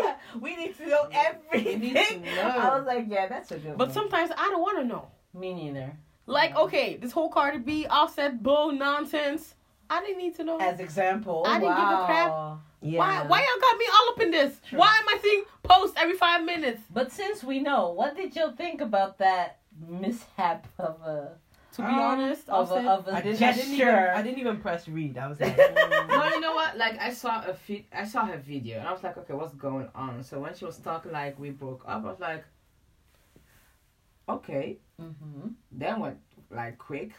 Speaker 4: we need to know everything.
Speaker 1: We need to know.
Speaker 4: I was like, yeah, that's a good
Speaker 2: But
Speaker 4: one.
Speaker 2: sometimes I don't want to know.
Speaker 4: Me neither.
Speaker 2: Like, okay, this whole Cardi B offset bull nonsense. I didn't need to know.
Speaker 4: As example,
Speaker 2: I didn't give a crap.
Speaker 4: wow.
Speaker 3: Yeah.
Speaker 2: Why, why y'all got me all up in this?
Speaker 4: True.
Speaker 2: Why am I seeing posts every five minutes?
Speaker 4: But since we know, what did you think about that mishap of a
Speaker 2: To be
Speaker 1: Um,
Speaker 2: honest,
Speaker 4: of a,
Speaker 2: Offset-
Speaker 4: of a
Speaker 3: I didn't, I
Speaker 4: gesture?
Speaker 3: didn't even, I didn't even press read. I was like,
Speaker 1: No, you know what? Like I saw a feed, I saw her video, and I was like, okay, what's going on? So when she was talking, like we broke up, I was like, okay.
Speaker 4: Mm-hmm.
Speaker 1: Then went like quick,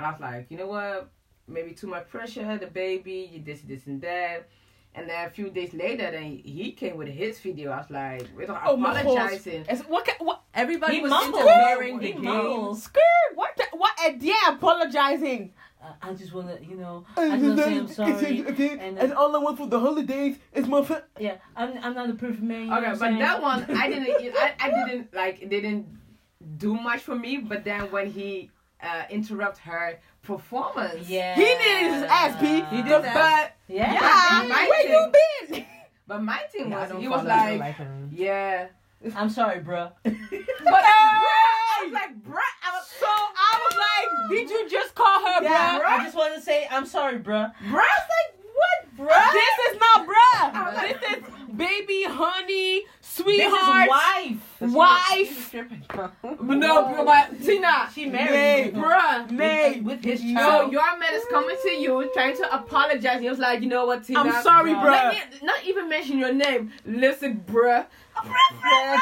Speaker 1: and I was like, you know what? Maybe too much pressure, the baby, you this, this, and that. And then a few days later, then he came with his video. I was like, we're not
Speaker 2: Oh, my God.
Speaker 1: apologizing.
Speaker 2: As- what, ca- what,
Speaker 3: everybody
Speaker 4: He
Speaker 3: was
Speaker 4: mumbled.
Speaker 3: interfering the
Speaker 4: He
Speaker 3: game.
Speaker 4: mumbled.
Speaker 2: skirt, what, the, what, and yeah, apologizing.
Speaker 4: Uh, I just wanna, you know, I just wanna say I'm sorry. And, uh,
Speaker 2: all I want for the holidays is my. Fa-
Speaker 4: yeah, I'm, I'm not a perfect man. You know
Speaker 1: Okay,
Speaker 4: what I'm
Speaker 1: but that one
Speaker 4: saying?
Speaker 1: I didn't. e, I, I didn't like. It didn't do much for me. But then when he uh, interrupt her performance,
Speaker 4: Yeah.
Speaker 2: He needed his ass beat.
Speaker 1: He
Speaker 4: Yeah.
Speaker 1: did that.
Speaker 4: Yeah.
Speaker 1: Yeah.
Speaker 4: Mike,
Speaker 2: where you been?
Speaker 1: But my thing
Speaker 3: Yeah, I
Speaker 1: was,
Speaker 3: don't
Speaker 1: he was
Speaker 3: follow people
Speaker 1: like,
Speaker 3: him.
Speaker 1: yeah.
Speaker 4: I'm sorry, bro.
Speaker 1: But bruh, I was like, bruh, I was
Speaker 2: So I was like, did you just call her,
Speaker 1: Yeah,
Speaker 2: bruh?
Speaker 1: bruh.
Speaker 4: I just want to say I'm sorry, bro.
Speaker 1: bruh. I was like, what, bruh?
Speaker 2: This is not
Speaker 1: was
Speaker 2: bruh.
Speaker 1: like-
Speaker 2: This is baby, honey,
Speaker 4: This is
Speaker 2: sweetheart,
Speaker 4: wife.
Speaker 2: wife,
Speaker 1: But no, but Tina,
Speaker 4: She married.
Speaker 2: Nay.
Speaker 1: bruh.
Speaker 2: maid.
Speaker 4: With his
Speaker 1: So
Speaker 4: child.
Speaker 1: your man is coming to you, trying to apologize. He was like, you know what, Tina?
Speaker 2: I'm sorry,
Speaker 4: bruh.
Speaker 2: bruh.
Speaker 1: Not, not even mention your name. Listen, bruh.
Speaker 4: Yeah,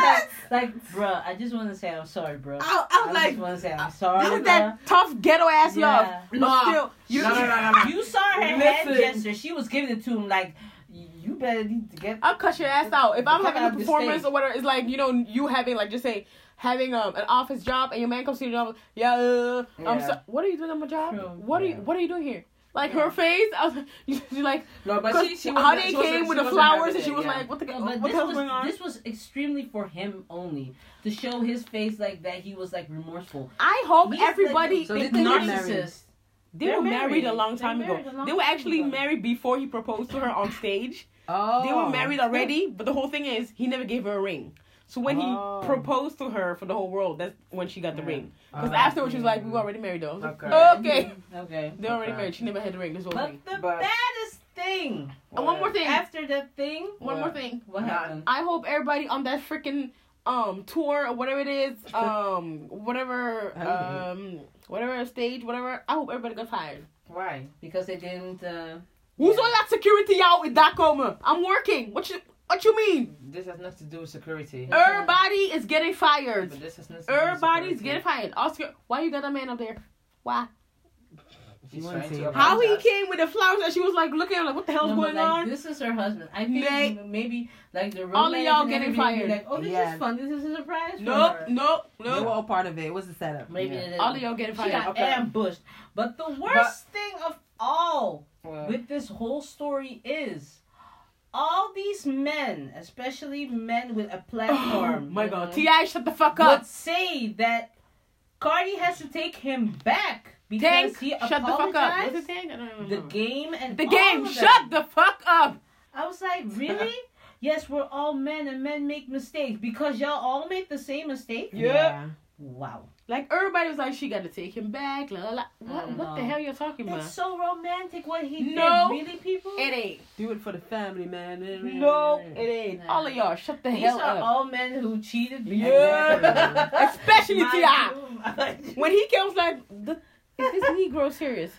Speaker 4: like, like, bro, I just want to say I'm sorry, bro.
Speaker 2: I, I
Speaker 4: just
Speaker 2: was like,
Speaker 4: want to say I'm sorry,
Speaker 2: that was
Speaker 4: bruh.
Speaker 2: that tough ghetto ass
Speaker 4: Yeah.
Speaker 2: love. But
Speaker 1: Nah.
Speaker 2: still, you
Speaker 1: no, no, no, no, no.
Speaker 4: You saw her hand
Speaker 1: Listen.
Speaker 4: gesture. She was giving it to him like, you better need to get.
Speaker 2: I'll cut your ass out. If I'm
Speaker 4: Fuck
Speaker 2: having
Speaker 4: out
Speaker 2: a
Speaker 4: the
Speaker 2: performance
Speaker 4: stage.
Speaker 2: or whatever, it's like you know you having like just say having um an office job and your man comes to you and yeah, uh, I'm
Speaker 1: Yeah.
Speaker 2: so what are you doing on my job?
Speaker 4: True.
Speaker 2: What are you
Speaker 1: Yeah.
Speaker 2: what are you doing here? Like
Speaker 4: Yeah.
Speaker 2: her face, I was you she's like
Speaker 1: No, but she, she was,
Speaker 2: how they
Speaker 1: she
Speaker 2: came
Speaker 1: wasn't-
Speaker 2: with
Speaker 1: she
Speaker 2: the
Speaker 1: wasn't
Speaker 2: flowers
Speaker 1: having
Speaker 2: and she
Speaker 1: it,
Speaker 2: was
Speaker 1: yeah.
Speaker 2: like what the
Speaker 4: No,
Speaker 2: what
Speaker 4: but
Speaker 2: the
Speaker 4: this
Speaker 2: hell's going
Speaker 4: was
Speaker 2: on?
Speaker 4: this was extremely for him only to show his face like that. He was like remorseful.
Speaker 2: I hope
Speaker 4: He's like-
Speaker 2: everybody
Speaker 3: So
Speaker 2: they,
Speaker 3: they did not
Speaker 2: were-
Speaker 3: marry.
Speaker 4: narcissist.
Speaker 2: they
Speaker 4: They're
Speaker 2: were married
Speaker 4: married.
Speaker 2: a long
Speaker 4: They
Speaker 2: time ago.
Speaker 4: married a long
Speaker 2: They were
Speaker 4: time
Speaker 2: actually
Speaker 4: ago.
Speaker 2: married before he proposed to her on stage.
Speaker 3: Oh.
Speaker 2: They were married already, but the whole thing is he never gave her a ring. So when
Speaker 3: Oh.
Speaker 2: he proposed to her for the whole world, that's when she got the
Speaker 1: Yeah.
Speaker 2: ring. Because
Speaker 3: Oh.
Speaker 2: afterwards she was like, "We
Speaker 1: Mm.
Speaker 2: were already married, though." I was like,
Speaker 1: Okay.
Speaker 2: Okay,
Speaker 4: Okay.
Speaker 2: they were already
Speaker 1: Okay.
Speaker 2: married. She never had the ring. This whole
Speaker 4: But
Speaker 2: thing.
Speaker 4: the
Speaker 1: But-
Speaker 4: baddest thing
Speaker 2: And one more thing.
Speaker 4: after that thing,
Speaker 2: One more
Speaker 1: What?
Speaker 2: thing.
Speaker 4: what
Speaker 1: Nah.
Speaker 4: happened?
Speaker 2: I hope everybody on that freaking um tour or whatever it is, um whatever
Speaker 3: I
Speaker 2: um whatever stage, whatever. I hope everybody got fired.
Speaker 1: why?
Speaker 4: Because they didn't. Uh,
Speaker 2: Who's all that security out with that coma? I'm working. What you what you mean?
Speaker 1: This has nothing to do with security.
Speaker 4: Okay.
Speaker 2: Everybody is getting fired.
Speaker 1: But this has nothing to do with
Speaker 2: Everybody's
Speaker 1: security.
Speaker 2: getting fired. Oscar, why you got a man up there? Why?
Speaker 1: She's
Speaker 3: wouldn't
Speaker 1: trying
Speaker 3: say
Speaker 1: to
Speaker 3: that.
Speaker 2: How he came with the flowers and she was like looking at him like what the hell's
Speaker 4: No, but,
Speaker 2: going
Speaker 4: like,
Speaker 2: on?
Speaker 4: This is her husband. I think
Speaker 2: Like,
Speaker 4: maybe like the
Speaker 2: all of
Speaker 4: romance
Speaker 2: y'all
Speaker 4: and
Speaker 2: getting
Speaker 4: everything would
Speaker 2: fired.
Speaker 4: be Like, oh, this
Speaker 3: Yeah.
Speaker 4: is fun. This is a surprise. for
Speaker 2: Nope,
Speaker 4: her.
Speaker 2: nope,
Speaker 3: They were
Speaker 2: nope.
Speaker 3: all part of it. It was the setup.
Speaker 4: Maybe
Speaker 1: Yeah.
Speaker 4: it is.
Speaker 2: All of y'all getting
Speaker 4: She
Speaker 2: fired.
Speaker 4: got
Speaker 2: Okay.
Speaker 4: ambushed. But the worst thing of all
Speaker 2: Uh.
Speaker 4: with this whole story is all these men, especially men with a
Speaker 2: Oh
Speaker 4: platform,
Speaker 2: my god. Ti, shut the fuck up.
Speaker 4: would say that Cardi has to take him back because
Speaker 2: Tank,
Speaker 4: he
Speaker 2: shut the fuck up. What's his
Speaker 4: apologized.
Speaker 2: name? I don't
Speaker 4: The
Speaker 2: remember.
Speaker 4: game and
Speaker 2: The
Speaker 4: all
Speaker 2: game.
Speaker 4: of that.
Speaker 2: Shut the fuck up.
Speaker 4: I was like, really? yes, we're all men and men make mistakes because y'all all make the same mistake. Wow.
Speaker 2: Like everybody was like, she got to take him back. La, la, la. What,
Speaker 4: Mm.
Speaker 2: what the hell you're talking about?
Speaker 4: It's so romantic what he
Speaker 2: No,
Speaker 4: did. Really, people?
Speaker 2: It ain't.
Speaker 3: Do it for the family, man. Mm.
Speaker 2: No, it ain't.
Speaker 4: Nah.
Speaker 2: All of y'all, shut the
Speaker 4: These
Speaker 2: hell
Speaker 4: are
Speaker 2: up.
Speaker 4: all men who cheated.
Speaker 2: yeah, especially Ti.
Speaker 4: Ti.
Speaker 2: When he comes like, the, is this Negro serious?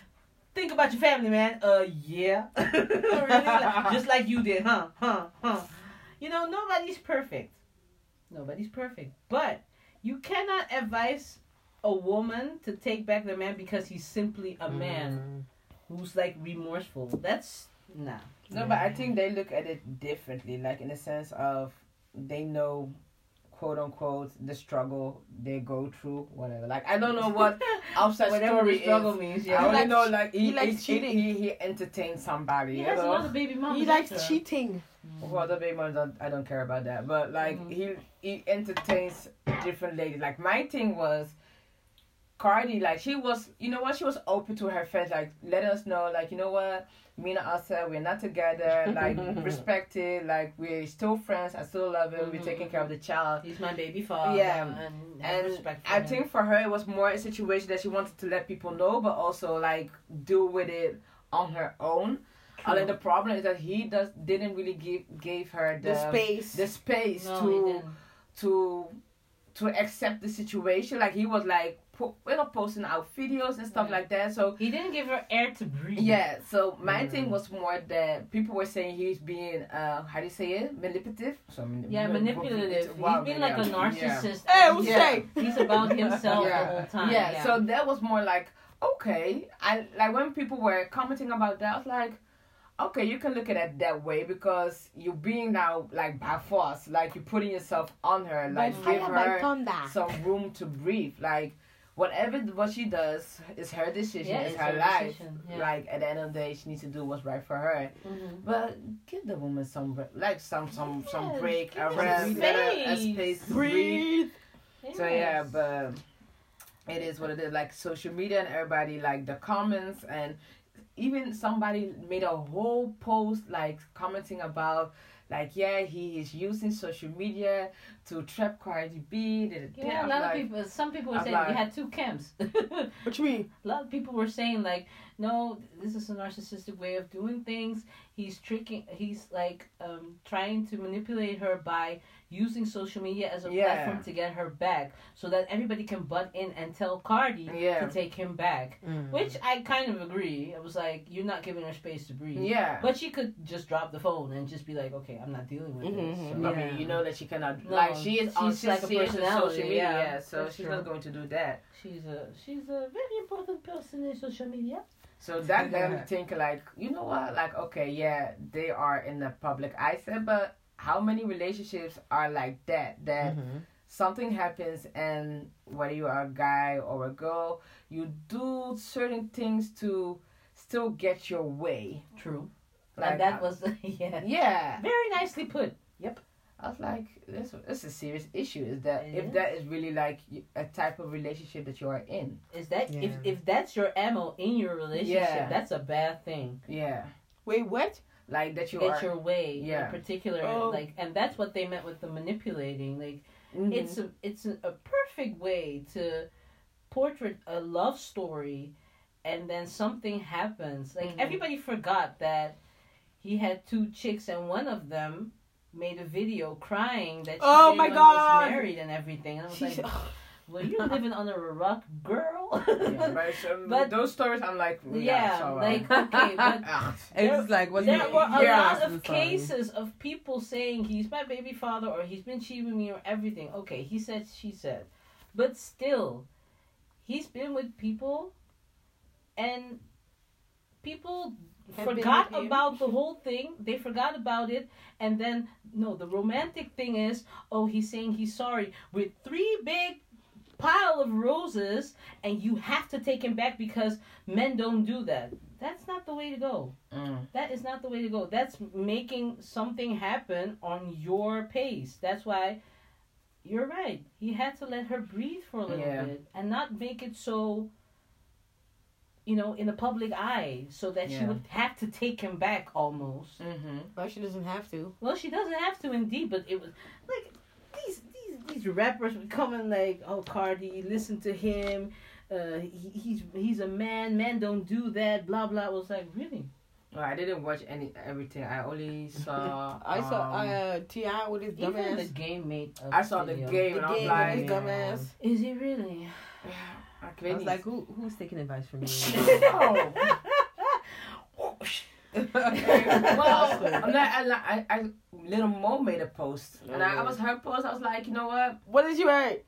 Speaker 4: Think about your family, man. Uh, yeah. Really? Like- Just like you did, huh? Huh? Huh? You know, nobody's perfect. Nobody's perfect. But you cannot advise a woman to take back the man because he's simply a man
Speaker 3: Mm.
Speaker 4: who's like remorseful. That's nah.
Speaker 1: No, but I think they look at it differently, like in the sense of they know, quote unquote, the struggle they go through, whatever. Like I don't know what outside
Speaker 4: Whatever
Speaker 1: story
Speaker 4: the struggle
Speaker 1: is.
Speaker 4: means,
Speaker 1: I
Speaker 4: yeah.
Speaker 1: only
Speaker 2: likes-
Speaker 1: know like he
Speaker 2: he likes
Speaker 1: he-
Speaker 2: cheating.
Speaker 1: He, he entertains somebody.
Speaker 4: he
Speaker 1: you
Speaker 4: has
Speaker 1: know?
Speaker 4: another baby mama.
Speaker 2: He likes
Speaker 4: doctor.
Speaker 2: cheating.
Speaker 1: Well, the baby mom, don't, I don't care about that. But like
Speaker 4: Mhm.
Speaker 1: he he entertains different ladies. Like my thing was, Cardi, like she was, you know what? She was open to her friends. Like let us know, like you know what? Me and Asa, we're not together. Like respect it. Like we're still friends. I still love him. We're taking care of the child.
Speaker 4: He's my baby father.
Speaker 1: Yeah.
Speaker 4: and, I have
Speaker 1: And
Speaker 4: respect for
Speaker 1: I
Speaker 4: him.
Speaker 1: think for her it was more a situation that she wanted to let people know, but also like deal with it on her own. Although the problem is that he does didn't really give gave her the,
Speaker 2: The space.
Speaker 1: the space
Speaker 4: No, he
Speaker 1: to
Speaker 4: didn't.
Speaker 1: to to accept the situation. Like he was like po- you know posting out videos and stuff
Speaker 4: Right.
Speaker 1: like that. So
Speaker 4: He didn't give her air to breathe.
Speaker 1: yeah, so my thing was more that people were saying he's being uh how do you say it manipulative. So,
Speaker 4: Yeah, manipulative.
Speaker 1: Wow,
Speaker 4: He's been like a
Speaker 1: yeah. Yeah.
Speaker 4: narcissist.
Speaker 2: Hey, what's
Speaker 1: Yeah.
Speaker 2: that?
Speaker 4: He's about himself
Speaker 1: Yeah.
Speaker 4: the whole time.
Speaker 1: yeah, so that was more like okay i like when people were commenting about that i was like okay you can look at it that way because you're being now like by force like you're putting yourself on her like
Speaker 4: Mm.
Speaker 1: give her
Speaker 2: thunder.
Speaker 1: some room to breathe like whatever what she does is her decision
Speaker 4: Yeah,
Speaker 1: is
Speaker 4: it's
Speaker 1: her
Speaker 4: her
Speaker 1: life
Speaker 4: decision, yeah.
Speaker 1: like at the end of the day she needs to do what's right for her
Speaker 4: Mhm.
Speaker 1: but give the woman some re- like some some some
Speaker 4: Yes,
Speaker 1: break
Speaker 4: give her
Speaker 1: a
Speaker 4: some
Speaker 1: rest let her a
Speaker 4: space.
Speaker 1: space to breathe
Speaker 2: Breathe.
Speaker 1: so yeah, but it is what it is. Like social media and everybody, like the comments and even somebody made a whole post like commenting about like yeah he is using social media to trap Cardi B. da, da, da.
Speaker 4: You know, a
Speaker 1: I'm
Speaker 4: lot
Speaker 1: like,
Speaker 4: of people, some people were
Speaker 1: I'm
Speaker 4: saying
Speaker 1: like-
Speaker 4: we had two camps. a
Speaker 2: What you mean?
Speaker 4: lot of people were saying like, no, this is a narcissistic way of doing things. He's tricking. He's like um, trying to manipulate her by using social media as a
Speaker 1: Yeah.
Speaker 4: platform to get her back, so that everybody can butt in and tell Cardi
Speaker 1: Yeah. Mm.
Speaker 4: to take him back. Which I kind of agree. I was like, you're not giving her space to breathe.
Speaker 1: Yeah.
Speaker 4: But she could just drop the phone and just be like, okay, I'm not dealing with this.
Speaker 2: Mhm,
Speaker 1: I
Speaker 4: So-
Speaker 1: mean, you know that she cannot
Speaker 4: No,
Speaker 1: like she is on
Speaker 4: she's like a
Speaker 1: she is on social
Speaker 4: personality,
Speaker 1: media,
Speaker 4: yeah,
Speaker 1: yeah, so
Speaker 4: that's
Speaker 1: she's
Speaker 4: true.
Speaker 1: not going to do that.
Speaker 4: She's a she's a very important person in social media.
Speaker 1: So that got me thinking, like, you know what? Like, okay, yeah, they are in the public eye, set, but how many relationships are like that? That something happens and whether you are a guy or a girl you do certain things to still get your way
Speaker 4: True.
Speaker 1: like
Speaker 4: and that was yeah.
Speaker 1: yeah
Speaker 4: Very nicely put.
Speaker 1: i was like this this is a serious issue is that
Speaker 4: It
Speaker 1: if
Speaker 4: is.
Speaker 1: that is really like y- a type of relationship that you are in
Speaker 4: Is that if
Speaker 3: Yeah.
Speaker 4: if that's your ammo in your relationship,
Speaker 1: Yeah.
Speaker 4: that's a bad thing.
Speaker 1: yeah
Speaker 2: Wait, what?
Speaker 1: like that you
Speaker 4: Get
Speaker 1: are
Speaker 4: your way
Speaker 1: yeah.
Speaker 4: in particular
Speaker 2: Oh.
Speaker 4: like and that's what they meant with the manipulating. Like
Speaker 1: Mhm.
Speaker 4: it's a it's a, a perfect way to portray a love story and then something happens. Like
Speaker 1: Mm-hmm.
Speaker 4: everybody forgot that he had two chicks and one of them made a video crying that she
Speaker 2: Oh my
Speaker 4: didn't know he
Speaker 2: God.
Speaker 4: was married and everything. And I was
Speaker 2: She's,
Speaker 4: like, Well, you're living under a rock, girl.
Speaker 1: yeah,
Speaker 4: Yeah,
Speaker 1: but, it's, um,
Speaker 4: But-
Speaker 1: those stories i'm like so, uh,
Speaker 4: like okay, but
Speaker 1: ah,
Speaker 3: It's like what's
Speaker 4: there
Speaker 1: Yeah,
Speaker 3: the-
Speaker 4: were a
Speaker 1: yeah,
Speaker 4: lot of
Speaker 3: it's fine.
Speaker 4: cases of people saying he's my baby father or he's been cheating with me or everything. Okay, he said, she said, but still, he's been with people, and people
Speaker 1: Had been
Speaker 4: forgot
Speaker 1: with you.
Speaker 4: about the whole thing. They forgot about it, and then no, the romantic thing is, oh, he's saying he's sorry with three big pile of roses, and you have to take him back because men don't do that. That's not the way to go.
Speaker 1: Mm.
Speaker 4: That is not the way to go. That's making something happen on your pace. That's why you're right. He had to let her breathe for a little
Speaker 1: Yeah.
Speaker 4: bit and not make it so you know, in the public eye, so that she
Speaker 1: Yeah.
Speaker 4: would have to take him back almost.
Speaker 1: Mm-hmm.
Speaker 2: Well, she doesn't have to.
Speaker 4: Well, she doesn't have to indeed, but it was like these these these rappers would come in like, oh Cardi, listen to him. Uh, he, he's he's a man. Men don't do that. Blah blah. I was like, really?
Speaker 1: Well, I didn't watch any everything. I only saw.
Speaker 2: I saw
Speaker 1: um,
Speaker 2: uh, Ti with his
Speaker 4: Even the
Speaker 2: dumbass.
Speaker 4: game made. a
Speaker 1: I saw the
Speaker 4: video.
Speaker 1: game
Speaker 2: The
Speaker 1: and I was
Speaker 2: game
Speaker 1: like,
Speaker 2: with his dumbass.
Speaker 4: Is he really?
Speaker 1: I
Speaker 3: I
Speaker 1: can't
Speaker 3: was like, who who's taking advice from you?
Speaker 1: no. well, I'm not, I, I, I, Little Mo made a post, and I, I was her post. I was like, you know what?
Speaker 2: What is your right?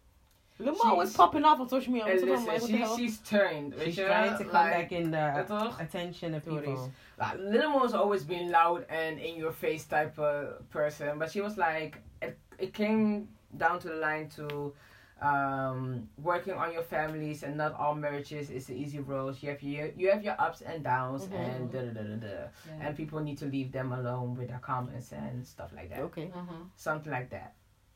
Speaker 2: Lil Mo was
Speaker 1: She's-
Speaker 2: popping off on social media. I'm
Speaker 1: Hey,
Speaker 2: so
Speaker 1: listen,
Speaker 2: like, what the
Speaker 1: she,
Speaker 2: hell?
Speaker 1: she's turned.
Speaker 3: She's
Speaker 1: Richard,
Speaker 3: trying to come
Speaker 1: like,
Speaker 3: back in the
Speaker 1: toch?
Speaker 3: attention of
Speaker 2: Doe het
Speaker 3: people.
Speaker 1: Like, Little Mo's always been loud and in your face type of person, but she was like, it, it came down to the line to um, working on your families and not all marriages is the easy road. You have your you have your ups and downs
Speaker 2: Mhm.
Speaker 1: and da da da da da, and people need to leave them alone with their comments and stuff like that,
Speaker 2: Okay.
Speaker 1: something like that.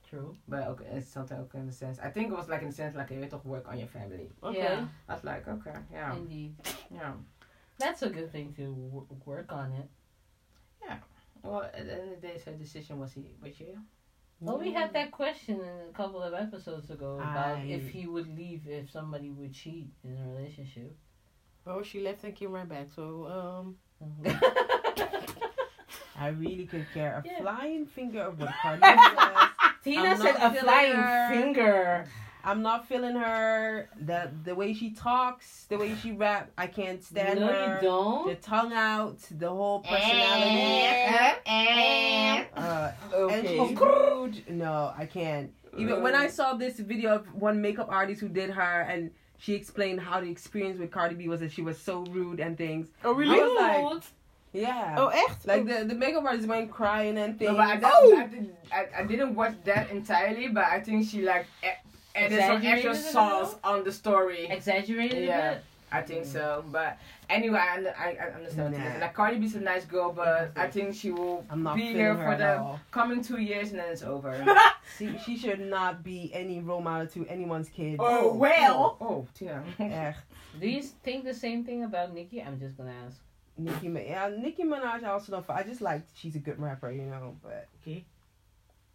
Speaker 3: True.
Speaker 1: But okay, it's something okay in the sense. I think it was like in the sense like you have to work on your family.
Speaker 2: Okay.
Speaker 4: Yeah,
Speaker 1: I was like, okay, yeah,
Speaker 4: indeed.
Speaker 1: yeah.
Speaker 4: That's a good thing to w- work on it.
Speaker 1: Well, at the end of the day, her decision was he with you.
Speaker 4: Well, we had that question in a couple of episodes ago about
Speaker 3: Aye.
Speaker 4: if he would leave if somebody would cheat in a relationship.
Speaker 2: Well, she left and came right back. So, um,
Speaker 3: I really could care a
Speaker 4: Yeah.
Speaker 3: flying finger of what Cardi says.
Speaker 4: Tina
Speaker 3: I'm
Speaker 4: said
Speaker 3: not
Speaker 4: a
Speaker 3: feeling
Speaker 4: flying
Speaker 3: her.
Speaker 4: finger.
Speaker 3: I'm not feeling her. The the way she talks, the way she rap, I can't stand
Speaker 4: no,
Speaker 3: her.
Speaker 4: you don't.
Speaker 3: The tongue out, the whole personality.
Speaker 1: Eh.
Speaker 3: Uh, and
Speaker 1: Okay. Uh.
Speaker 3: she's rude. No, I can't. Even when I saw this video of one makeup artist who did her, and she explained how the experience with Cardi B was that she was so rude and things.
Speaker 2: oh
Speaker 3: really?
Speaker 2: really?
Speaker 3: like-
Speaker 4: Rude.
Speaker 3: Yeah.
Speaker 2: Oh, echt?
Speaker 3: Like the, the makeup artist went crying and things.
Speaker 1: No, but I, don't-
Speaker 2: Oh!
Speaker 1: I, did, I, I didn't watch that entirely, but I think she like a- added some
Speaker 4: Exaggerated
Speaker 1: extra
Speaker 4: it a
Speaker 1: sauce on the story.
Speaker 4: Exaggerated
Speaker 1: Yeah.
Speaker 4: a bit.
Speaker 1: I think so, but anyway, I, under- I, I understand. what you
Speaker 3: Nah.
Speaker 1: mean. Like Cardi B's a nice girl, but I think she will
Speaker 3: I'm not
Speaker 1: be
Speaker 3: feeling
Speaker 1: here
Speaker 3: her
Speaker 1: for
Speaker 3: at
Speaker 1: the
Speaker 3: all.
Speaker 1: coming two years and then it's over.
Speaker 3: She, she should not be any role model to anyone's kids.
Speaker 4: Oh.
Speaker 1: well. Oh, Tina.
Speaker 3: Echt.
Speaker 4: Do you think the same thing about Nikki? I'm just gonna ask.
Speaker 3: Nicki, Ma- yeah, Nicki Minaj. I also don't. I just like she's a good rapper, you know. But
Speaker 2: Okay.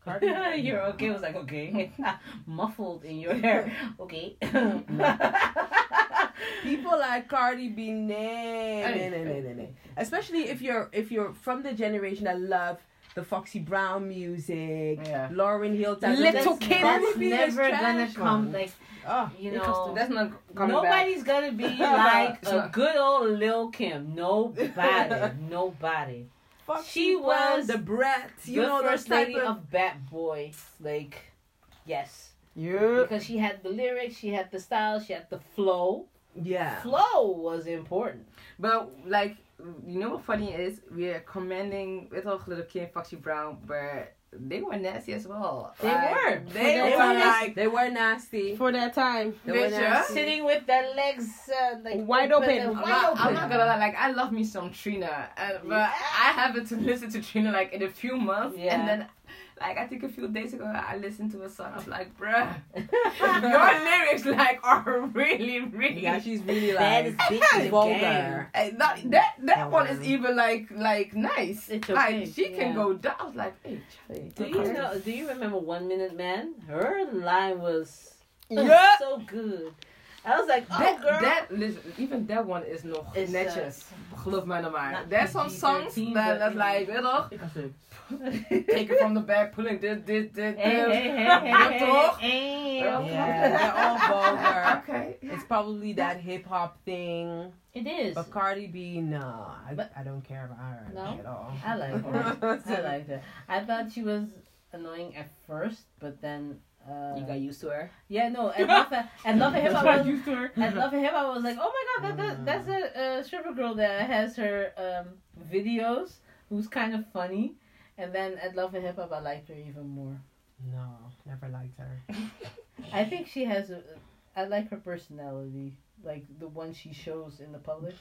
Speaker 3: Cardi,
Speaker 4: You're okay. I was like, okay, muffled in your hair. Okay.
Speaker 3: people like Cardi B, nay, nay, nay, nay, nay, nay. Especially if you're if you're from the generation that love the Foxy Brown music,
Speaker 1: Yeah.
Speaker 3: Lauren Hill type. of-
Speaker 4: Little
Speaker 3: That's-
Speaker 4: kid,
Speaker 3: that's
Speaker 4: that's never gonna come. Like
Speaker 3: Oh,
Speaker 4: you know,
Speaker 1: Because That's not coming back.
Speaker 4: Nobody's gonna be like a good old Lil Kim. Nobody. Nobody.
Speaker 3: Foxy
Speaker 4: She
Speaker 3: Brown,
Speaker 4: was
Speaker 3: the brat, you
Speaker 4: the
Speaker 3: know, those
Speaker 4: first
Speaker 3: type
Speaker 4: lady
Speaker 3: of.
Speaker 4: of Bad Boy. Like, yes.
Speaker 3: yeah.
Speaker 4: Because she had the lyrics, she had the style, she had the flow.
Speaker 3: yeah.
Speaker 4: Flow was important.
Speaker 1: But like, you know what funny is? We're commending little little kid Foxy Brown, but they were nasty as well.
Speaker 4: They
Speaker 1: Like,
Speaker 4: were.
Speaker 1: They,
Speaker 4: They
Speaker 1: were,
Speaker 4: were
Speaker 1: like.
Speaker 3: They were nasty.
Speaker 2: For that time.
Speaker 3: They were
Speaker 1: Bitch,
Speaker 3: nasty.
Speaker 4: Sitting with their legs uh, like
Speaker 2: Wide open.
Speaker 4: and
Speaker 1: I'm
Speaker 4: wide
Speaker 1: not,
Speaker 4: open.
Speaker 1: I'm not gonna lie, like I love me some Trina, and, but I haven't to listen to Trina like in a few months,
Speaker 4: Yeah.
Speaker 1: and then like I think a few days ago I listened to a song. I'm like, bruh, your lyrics like are really, really
Speaker 3: Yeah, she's really
Speaker 4: That
Speaker 3: like
Speaker 4: is big in the
Speaker 3: vulgar.
Speaker 1: And Eh, that that, that
Speaker 3: That
Speaker 1: one
Speaker 3: one.
Speaker 1: is even like like nice.
Speaker 4: It's okay,
Speaker 1: Like she
Speaker 4: yeah.
Speaker 1: can go down. I was like, hey, Charlie.
Speaker 4: Do you know? Do you remember One Minute Man? Her line was
Speaker 2: Yeah.
Speaker 4: so good. I was like, oh
Speaker 1: That,
Speaker 4: girl.
Speaker 1: that listen, even that one is nog
Speaker 4: Is, eh,
Speaker 1: netjes. Geloof mij nou maar.
Speaker 4: not
Speaker 1: There's some songs
Speaker 4: PG-13,
Speaker 1: that
Speaker 4: but-
Speaker 1: that's like, weet je toch? Take it from the back, pulling this, this, this,
Speaker 4: Hey, hey,
Speaker 1: this.
Speaker 4: hey,
Speaker 1: Ja,
Speaker 4: hey,
Speaker 1: toch?
Speaker 4: hey, hey.
Speaker 1: Ja.
Speaker 3: Yeah, they're all vulgar.
Speaker 1: Okay.
Speaker 3: It's probably that hip hop thing.
Speaker 4: It is.
Speaker 3: But Cardi B, no, I,
Speaker 4: But-
Speaker 3: I don't care about her
Speaker 4: No?
Speaker 3: at all.
Speaker 4: I like her. I like her. I thought she was annoying at first, but then Uh,
Speaker 1: You got used to her.
Speaker 4: yeah, no, at Love, at Love and Hip Hop, I was,
Speaker 2: used to her. Mm.
Speaker 4: at Love and Hip Hop, I was like, oh my god, that, that, that's a, uh stripper girl that has her um, videos, who's kind of funny. And then at Love and Hip Hop, I liked her even more.
Speaker 3: No, never liked her.
Speaker 4: I think she has a. I like her personality, like the one she shows in the public.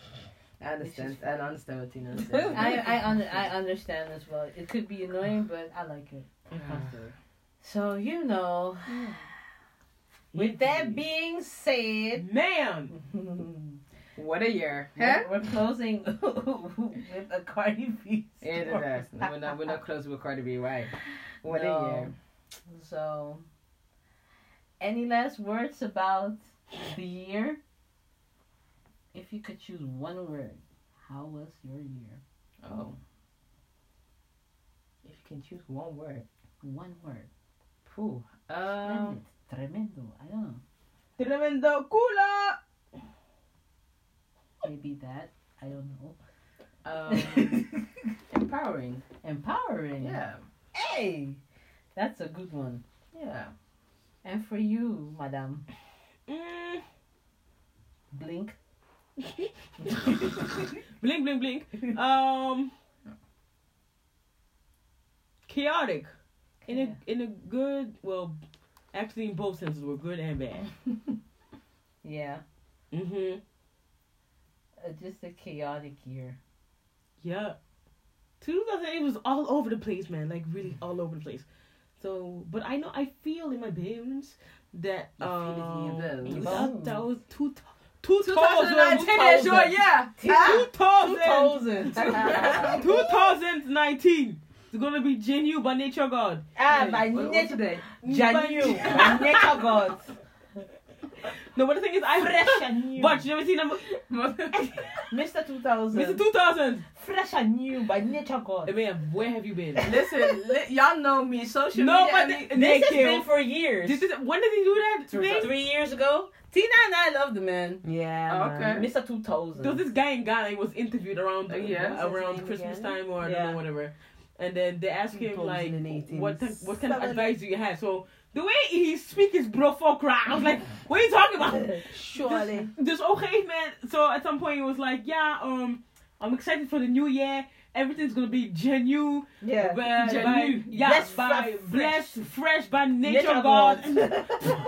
Speaker 1: I understand. I understand what Tina said.
Speaker 4: I I, un- I understand as well. It could be annoying, but I like it. So you know. With that being said,
Speaker 2: Ma'am.
Speaker 4: we're
Speaker 1: What a year.
Speaker 4: we're closing with a Cardi B.
Speaker 1: It
Speaker 4: story.
Speaker 1: is. We're not, we're not close with Cardi B, right? What
Speaker 4: No.
Speaker 1: a year.
Speaker 4: So, any last words about the year? If you could choose one word, how was your year?
Speaker 1: Oh. If you can choose one word.
Speaker 4: One word.
Speaker 1: Phew. Um,
Speaker 4: Splendid. Tremendo. I don't know.
Speaker 1: Mm.
Speaker 2: Tremendo culo.
Speaker 4: Maybe that. I don't know.
Speaker 1: um, empowering.
Speaker 4: Empowering.
Speaker 1: Yeah.
Speaker 4: Hey, that's a good one.
Speaker 1: Yeah.
Speaker 4: And for you, madam,
Speaker 2: Mm.
Speaker 4: blink.
Speaker 2: Blink, blink, blink. Um, chaotic. In a in a good, well, actually in both senses, were good and bad.
Speaker 4: yeah,
Speaker 2: Mm-hmm.
Speaker 4: uh, just a chaotic year.
Speaker 2: Yeah. 2008 was all over the place, man. Like really all over the place. So, but I know I feel in my bones that
Speaker 1: You feel it in your
Speaker 2: um,
Speaker 1: bones.
Speaker 2: that, that was two to- two thousand
Speaker 1: 2019 is your year.
Speaker 2: Two thousand.
Speaker 4: 2000.
Speaker 2: 2019 is gonna be genuine by nature god.
Speaker 4: ah, my
Speaker 1: What- what's
Speaker 4: nature,
Speaker 1: today?
Speaker 4: Janu, my nature god.
Speaker 2: No, but the thing is, I
Speaker 4: Fresh and new.
Speaker 2: but you never seen that. mo-
Speaker 4: Mr. 2000.
Speaker 2: Mr. 2000.
Speaker 4: Fresh and new by nature
Speaker 2: Hey,
Speaker 4: god.
Speaker 2: man, where have you been?
Speaker 1: Listen, li- y'all know me. Social
Speaker 2: No,
Speaker 1: media.
Speaker 2: but
Speaker 1: I mean-
Speaker 2: they,
Speaker 4: This
Speaker 2: they
Speaker 4: has been
Speaker 2: killed.
Speaker 4: for years.
Speaker 2: Did this, when did he do that? thing?
Speaker 4: Three years ago. Tina and I love the man.
Speaker 2: Yeah.
Speaker 1: Oh, okay.
Speaker 4: Mr.
Speaker 2: There was
Speaker 4: 2000.
Speaker 2: this guy in Ghana he was interviewed around
Speaker 1: Oh, yeah. What's
Speaker 2: uh,
Speaker 1: his
Speaker 2: around
Speaker 3: name
Speaker 2: Christmas
Speaker 3: again?
Speaker 2: time or I
Speaker 4: Yeah.
Speaker 2: don't know whatever, and then they asked him like
Speaker 3: 2018.
Speaker 2: what type- what kind of
Speaker 3: Seven.
Speaker 2: advice do you have? So the way he speak is bro for cry. I was like, what are you talking about?
Speaker 3: Surely.
Speaker 2: Dus op een gegeven moment, so at some point he was like, yeah, um, I'm excited for the new year. Everything's gonna be genuine.
Speaker 4: Yeah.
Speaker 2: by,
Speaker 1: Genuine.
Speaker 2: by, yeah,
Speaker 4: Blessed,
Speaker 2: by,
Speaker 4: fresh.
Speaker 2: blessed, fresh by nature,
Speaker 4: Nature
Speaker 2: God.
Speaker 4: God.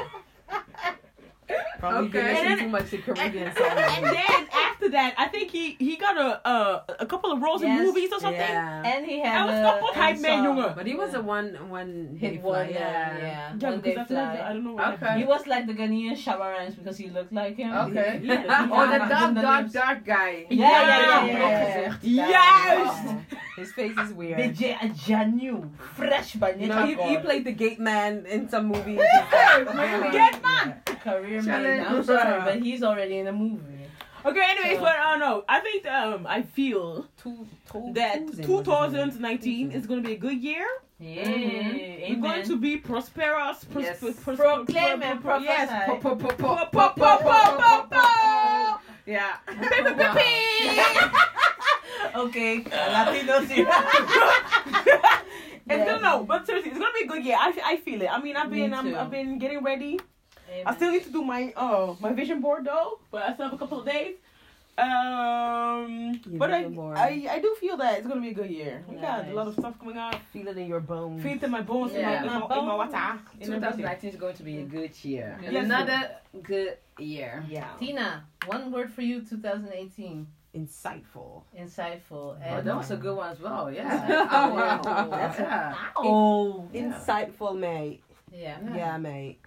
Speaker 3: Probably
Speaker 1: Okay.
Speaker 3: okay.
Speaker 2: And
Speaker 3: listening
Speaker 2: then-
Speaker 3: too much to Caribbean
Speaker 2: and
Speaker 3: songs.
Speaker 2: then after that, I think he he got a a, a couple of roles
Speaker 4: Yes,
Speaker 2: in movies or something.
Speaker 3: Yeah.
Speaker 4: And he had
Speaker 2: I was
Speaker 4: a-
Speaker 2: kapot
Speaker 4: a
Speaker 2: hype man,
Speaker 4: song.
Speaker 2: jongen.
Speaker 3: But he was a one one
Speaker 4: Hit
Speaker 3: day
Speaker 4: one,
Speaker 3: fly.
Speaker 4: yeah,
Speaker 3: Yeah.
Speaker 4: yeah.
Speaker 2: Yeah,
Speaker 4: one
Speaker 2: because
Speaker 4: day
Speaker 2: after
Speaker 4: fly.
Speaker 2: that, I don't know what
Speaker 1: Okay.
Speaker 4: He
Speaker 2: happened.
Speaker 4: was like the Ghanaian Shabarans because he looked like him.
Speaker 1: Okay.
Speaker 2: Yeah.
Speaker 1: Oh, the
Speaker 4: Yeah.
Speaker 1: dark,
Speaker 4: The
Speaker 1: dark,
Speaker 4: lips.
Speaker 1: dark guy.
Speaker 4: Yeah, yeah,
Speaker 2: Yeah.
Speaker 4: yeah, yeah,
Speaker 1: Yeah.
Speaker 4: yeah.
Speaker 2: Yes!
Speaker 3: Oh, His face is
Speaker 4: The
Speaker 3: weird.
Speaker 4: J- a Janu, fresh by
Speaker 3: You
Speaker 4: nature.
Speaker 3: know, he, he
Speaker 4: God.
Speaker 3: played the gate man in some movies.
Speaker 2: Get man.
Speaker 4: career man.
Speaker 1: Challenge.
Speaker 4: I'm sorry, but he's already in a movie.
Speaker 2: Okay, anyways, but I don't know. I think um I feel
Speaker 3: Two, two,
Speaker 2: that 2019 is gonna be a good year.
Speaker 4: Yeah,
Speaker 2: We're going to be prosperous. Pros-
Speaker 1: Yes.
Speaker 2: pros- pros-
Speaker 4: Proclaim and
Speaker 2: pro- pro- yes.
Speaker 4: prophesy.
Speaker 1: Po- po- po- po-
Speaker 2: Po- po- po- po- po- po.
Speaker 1: Yeah.
Speaker 4: okay, Latinos here.
Speaker 2: It's gonna no, but seriously, it's gonna be a good year. I, I feel it. I mean, I've
Speaker 4: Me
Speaker 2: been I'm,
Speaker 4: too.
Speaker 2: I've been getting ready. I still need to do my uh my vision board though, but I still have a couple of days. Um,
Speaker 3: Your
Speaker 2: but I,
Speaker 3: vision board.
Speaker 2: I I do feel that it's gonna be a good year. We got a lot of
Speaker 4: Nice.
Speaker 2: stuff coming out.
Speaker 3: Feel it in your bones.
Speaker 2: Feet in my bones, in my-
Speaker 1: Yeah.
Speaker 2: in my, in my water, in everything.
Speaker 1: 2019 is going to be a good year.
Speaker 2: Yes.
Speaker 1: Another good year.
Speaker 2: Yeah.
Speaker 4: Tina, one word for you 2018.
Speaker 3: Insightful.
Speaker 4: Insightful. Oh,
Speaker 1: Oh,
Speaker 4: And
Speaker 1: that was a good one as well. Yeah.
Speaker 4: Insightful.
Speaker 3: That's a-
Speaker 1: yeah.
Speaker 3: Oh,
Speaker 1: Yeah.
Speaker 3: insightful, mate.
Speaker 4: yeah.
Speaker 1: Yeah.
Speaker 3: Yeah, mate.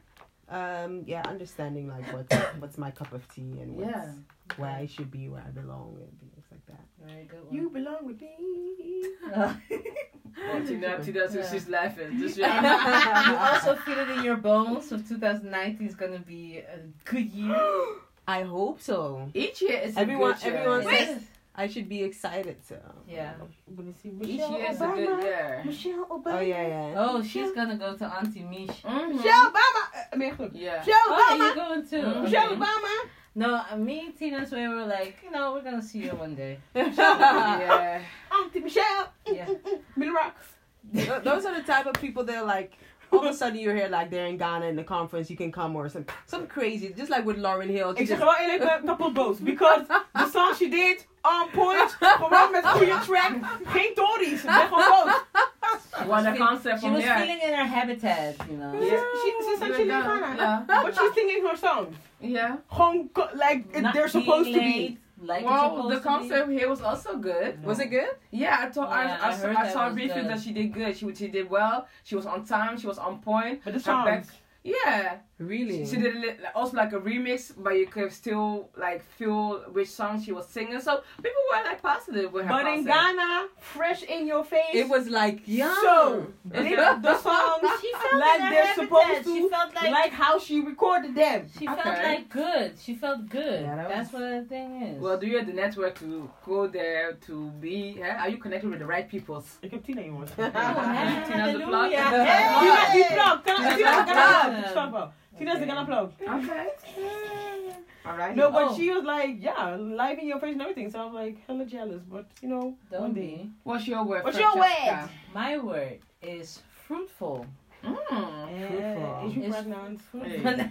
Speaker 3: Um, yeah, understanding like what what's my cup of tea and what's,
Speaker 1: Yeah.
Speaker 3: where I should be, where I belong, and things like that.
Speaker 4: Very good one.
Speaker 3: You belong with me.
Speaker 1: Oh, Tina, Tina, so
Speaker 4: Yeah.
Speaker 1: she's laughing. Just
Speaker 4: And
Speaker 1: yeah.
Speaker 4: you also feel it in your bones. So 2019 is gonna be a good year.
Speaker 3: I hope so.
Speaker 1: Each year is
Speaker 3: Everyone-
Speaker 1: a good year.
Speaker 3: everyone
Speaker 1: Yes.
Speaker 3: says- I should be excited. So
Speaker 4: Yeah.
Speaker 3: I'm gonna see
Speaker 1: Each
Speaker 3: Michelle
Speaker 1: year is a
Speaker 3: Obama.
Speaker 1: good year.
Speaker 2: Michelle Obama.
Speaker 3: Oh yeah, yeah.
Speaker 4: Oh, she's gonna go to Auntie Mish.
Speaker 2: Mm.
Speaker 1: Mhm.
Speaker 2: Michelle Obama. Eh, I mean,
Speaker 1: Yeah.
Speaker 2: Michelle
Speaker 4: Oh,
Speaker 2: Obama.
Speaker 4: you're going too.
Speaker 1: Mhm.
Speaker 2: Michelle
Speaker 4: Okay.
Speaker 2: Obama.
Speaker 4: No, uh, me, Tina, and Sway were like, you know, we're gonna see you one day.
Speaker 1: yeah.
Speaker 2: Auntie Michelle.
Speaker 4: Yeah.
Speaker 2: Mil Rock.
Speaker 3: Th- Those are the type of people that are like, all of a sudden you're here like they're in Ghana in the conference, you can come or some some crazy, just like with Lauren Hill. she
Speaker 2: Except
Speaker 3: just-
Speaker 2: for a couple boats eh, because the song she did on point for one material track, Pink Dories, left on boats.
Speaker 1: What a concept
Speaker 4: She
Speaker 1: from
Speaker 4: was
Speaker 1: there.
Speaker 4: feeling in her habitat, you know.
Speaker 2: Yeah. She, she's essentially
Speaker 1: Yeah.
Speaker 2: Ghana.
Speaker 1: Yeah.
Speaker 2: But she's singing her song.
Speaker 1: Yeah.
Speaker 2: Hong Kong, like it,
Speaker 4: Not
Speaker 2: they're
Speaker 4: being
Speaker 2: supposed to be.
Speaker 4: late, Like it's
Speaker 1: Well, the
Speaker 4: supposed to
Speaker 1: concert here was also good.
Speaker 4: No.
Speaker 1: Was it good? Yeah, I told
Speaker 4: Yeah,
Speaker 1: I, I,
Speaker 4: I heard
Speaker 1: saw, I
Speaker 4: that
Speaker 1: saw a
Speaker 4: was
Speaker 1: review
Speaker 4: good.
Speaker 1: that she did good. She she did well. She was on time. She was on point.
Speaker 2: But the
Speaker 1: Her back-
Speaker 2: songs.
Speaker 1: Yeah,
Speaker 3: really.
Speaker 1: she did a li- also like a remix, but you could still like feel which song she was singing. So people were like positive with her.
Speaker 2: But in
Speaker 1: concert.
Speaker 2: Ghana, fresh in your face.
Speaker 3: It was like yeah.
Speaker 2: so they- the songs
Speaker 4: Oh, She felt
Speaker 2: like
Speaker 4: in her
Speaker 2: they're
Speaker 4: habitat.
Speaker 2: supposed to,
Speaker 4: She felt like,
Speaker 2: like, how she recorded them.
Speaker 4: she felt
Speaker 1: Okay.
Speaker 4: like good. She felt good.
Speaker 3: Yeah, that
Speaker 4: That's what the thing is.
Speaker 1: Well, do you have the network to go there to be? Yeah? Are you connected with the right people?
Speaker 2: You can Tina you want.
Speaker 1: Tina's the plug.
Speaker 4: Hallelujah.
Speaker 2: Tina's
Speaker 4: Hey.
Speaker 2: the plug. Can
Speaker 1: Tina's the
Speaker 2: I- Tina's
Speaker 4: plug.
Speaker 2: the Ghana plug. Stop. Tina's the Ghana plug.
Speaker 1: Okay. All right.
Speaker 2: No, but
Speaker 4: Oh.
Speaker 2: she was like, yeah, live in your face and everything. So I was like, hella jealous, but you know, one
Speaker 4: Don't
Speaker 2: day.
Speaker 4: be.
Speaker 1: What's your word?
Speaker 2: What's your
Speaker 1: Francesca?
Speaker 4: My word is fruitful.
Speaker 1: Mm.
Speaker 2: Yeah, Eh, is you
Speaker 4: It's
Speaker 2: pregnant?
Speaker 1: Hey.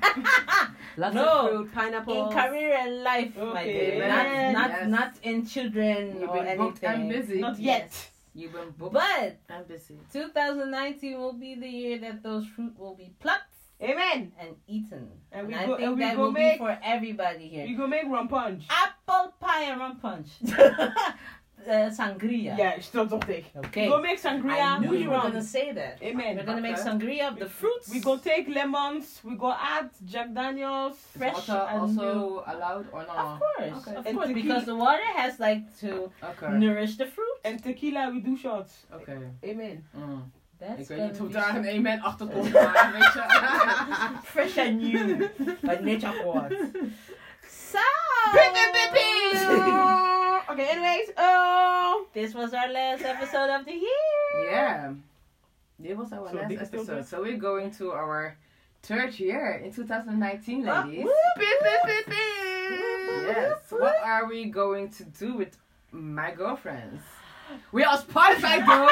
Speaker 3: Lots
Speaker 4: No.
Speaker 3: of fruit, pineapple.
Speaker 4: In career and life, my
Speaker 2: Okay.
Speaker 4: dear. Not,
Speaker 1: Yes.
Speaker 4: not,
Speaker 1: Yes.
Speaker 4: not in children
Speaker 1: You've
Speaker 4: or
Speaker 1: been booked and
Speaker 4: anything.
Speaker 1: busy.
Speaker 2: Not yet.
Speaker 4: Yes.
Speaker 1: You've been booked
Speaker 4: But
Speaker 1: and busy.
Speaker 4: 2019 will be the year that those fruit will be plucked
Speaker 2: Amen.
Speaker 4: and eaten.
Speaker 2: And we
Speaker 4: I
Speaker 2: go-
Speaker 4: think
Speaker 2: and we
Speaker 4: that Ah.
Speaker 2: go
Speaker 4: will
Speaker 2: make-
Speaker 4: be for everybody here.
Speaker 2: You gonna make rum punch?
Speaker 4: Apple pie and rum punch. uh, sangria.
Speaker 2: Yeah, she still don't take.
Speaker 4: Okay.
Speaker 2: We gonna make sangria.
Speaker 4: I knew
Speaker 2: with
Speaker 4: you were
Speaker 2: rum.
Speaker 4: gonna say that.
Speaker 2: Amen.
Speaker 4: We're gonna make
Speaker 1: Okay.
Speaker 4: sangria of the fruits.
Speaker 2: We go take lemons. We go add Jack Daniels, fresh
Speaker 1: Water
Speaker 2: and new.
Speaker 1: also allowed or
Speaker 4: Of
Speaker 1: not?
Speaker 4: course,
Speaker 1: Okay.
Speaker 4: of
Speaker 2: And
Speaker 4: course,
Speaker 2: tequila.
Speaker 4: because the water has like to
Speaker 1: Okay.
Speaker 4: nourish the fruit.
Speaker 2: And tequila, we do shots.
Speaker 1: Okay.
Speaker 2: Amen.
Speaker 1: Mm. Ik
Speaker 4: That's
Speaker 1: weet niet
Speaker 4: gonna
Speaker 1: hoe
Speaker 4: be
Speaker 1: daar een amen achter komt, maar weet je.
Speaker 4: so fresh and new, like nature was. So,
Speaker 2: okay. Anyways, oh.
Speaker 4: this was our last episode of the year.
Speaker 1: Yeah. It was our
Speaker 2: So
Speaker 1: last
Speaker 2: dit is still
Speaker 1: episode.
Speaker 2: good.
Speaker 1: So we're going to our third year in 2019,
Speaker 2: Uh,
Speaker 1: ladies.
Speaker 2: whoop, whoop, whoop, whoop.
Speaker 1: Yes. What are we going to do with my girlfriends? We are on Spotify, bro.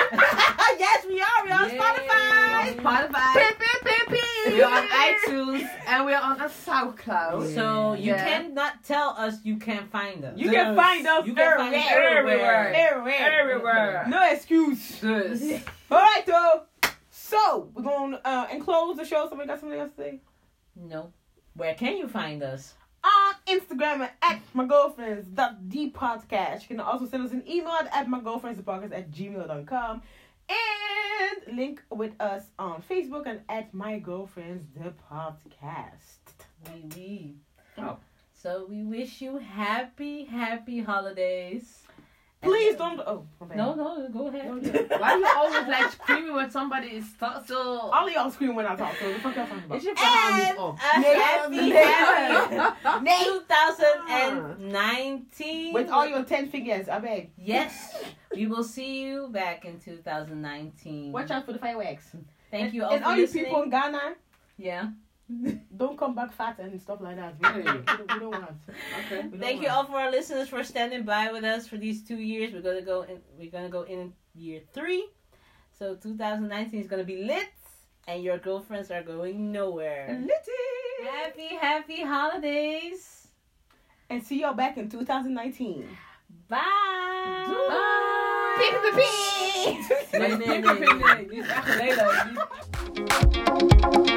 Speaker 2: yes, we are. We are on
Speaker 1: Yay.
Speaker 2: Spotify.
Speaker 1: We are on Spotify. We are on iTunes and we are on a SoundCloud.
Speaker 4: So you
Speaker 1: Yeah.
Speaker 4: cannot tell us you can't find us.
Speaker 2: You can find us
Speaker 4: You can find us
Speaker 2: everywhere.
Speaker 4: everywhere.
Speaker 2: Everywhere.
Speaker 1: Everywhere.
Speaker 2: No excuse.
Speaker 1: Dus.
Speaker 2: All right, though. So we're gonna uh, enclose the show. Somebody got something else to say?
Speaker 4: No. Where can you find us?
Speaker 2: on Instagram at, at my girlfriends podcast. You can also send us an email at, at my girlfriends podcast at gmail.com and link with us on Facebook and at my girlfriends the podcast.
Speaker 4: We we.
Speaker 1: Oh.
Speaker 4: So we wish you happy, happy holidays.
Speaker 2: Please don't. Oh, my bad.
Speaker 4: No, no, go ahead.
Speaker 2: Okay.
Speaker 1: Why are you always like screaming when somebody is st- still.
Speaker 2: All of y'all scream when I talk. So what the fuck y'all talking about?
Speaker 1: Is your
Speaker 4: And
Speaker 2: Oh.
Speaker 1: verhaal
Speaker 4: a
Speaker 1: niet
Speaker 4: happy, happy
Speaker 2: Nate.
Speaker 4: 2019.
Speaker 2: With all your ten fingers, I beg.
Speaker 4: Yes, we will see you back in 2019.
Speaker 2: Watch out for the fireworks.
Speaker 4: Thank you all
Speaker 2: And
Speaker 4: for
Speaker 2: all you
Speaker 4: listening.
Speaker 2: people in Ghana,
Speaker 4: Yeah.
Speaker 2: don't come back fat and stuff like that. We, we, don't- we don't want.
Speaker 1: op? Oké.
Speaker 2: We don't
Speaker 4: Thank you
Speaker 2: want.
Speaker 4: all for our listeners for standing by with us for these two years. We're gonna go in. We're gonna go in year three. So 2019 is gonna be lit, and your girlfriends are going nowhere.
Speaker 2: Litty.
Speaker 4: Happy, happy holidays.
Speaker 2: And see y'all back in 2019.
Speaker 4: Bye.
Speaker 1: Nee, nee, nee, nee, nee. Die is echt lelijk. Die-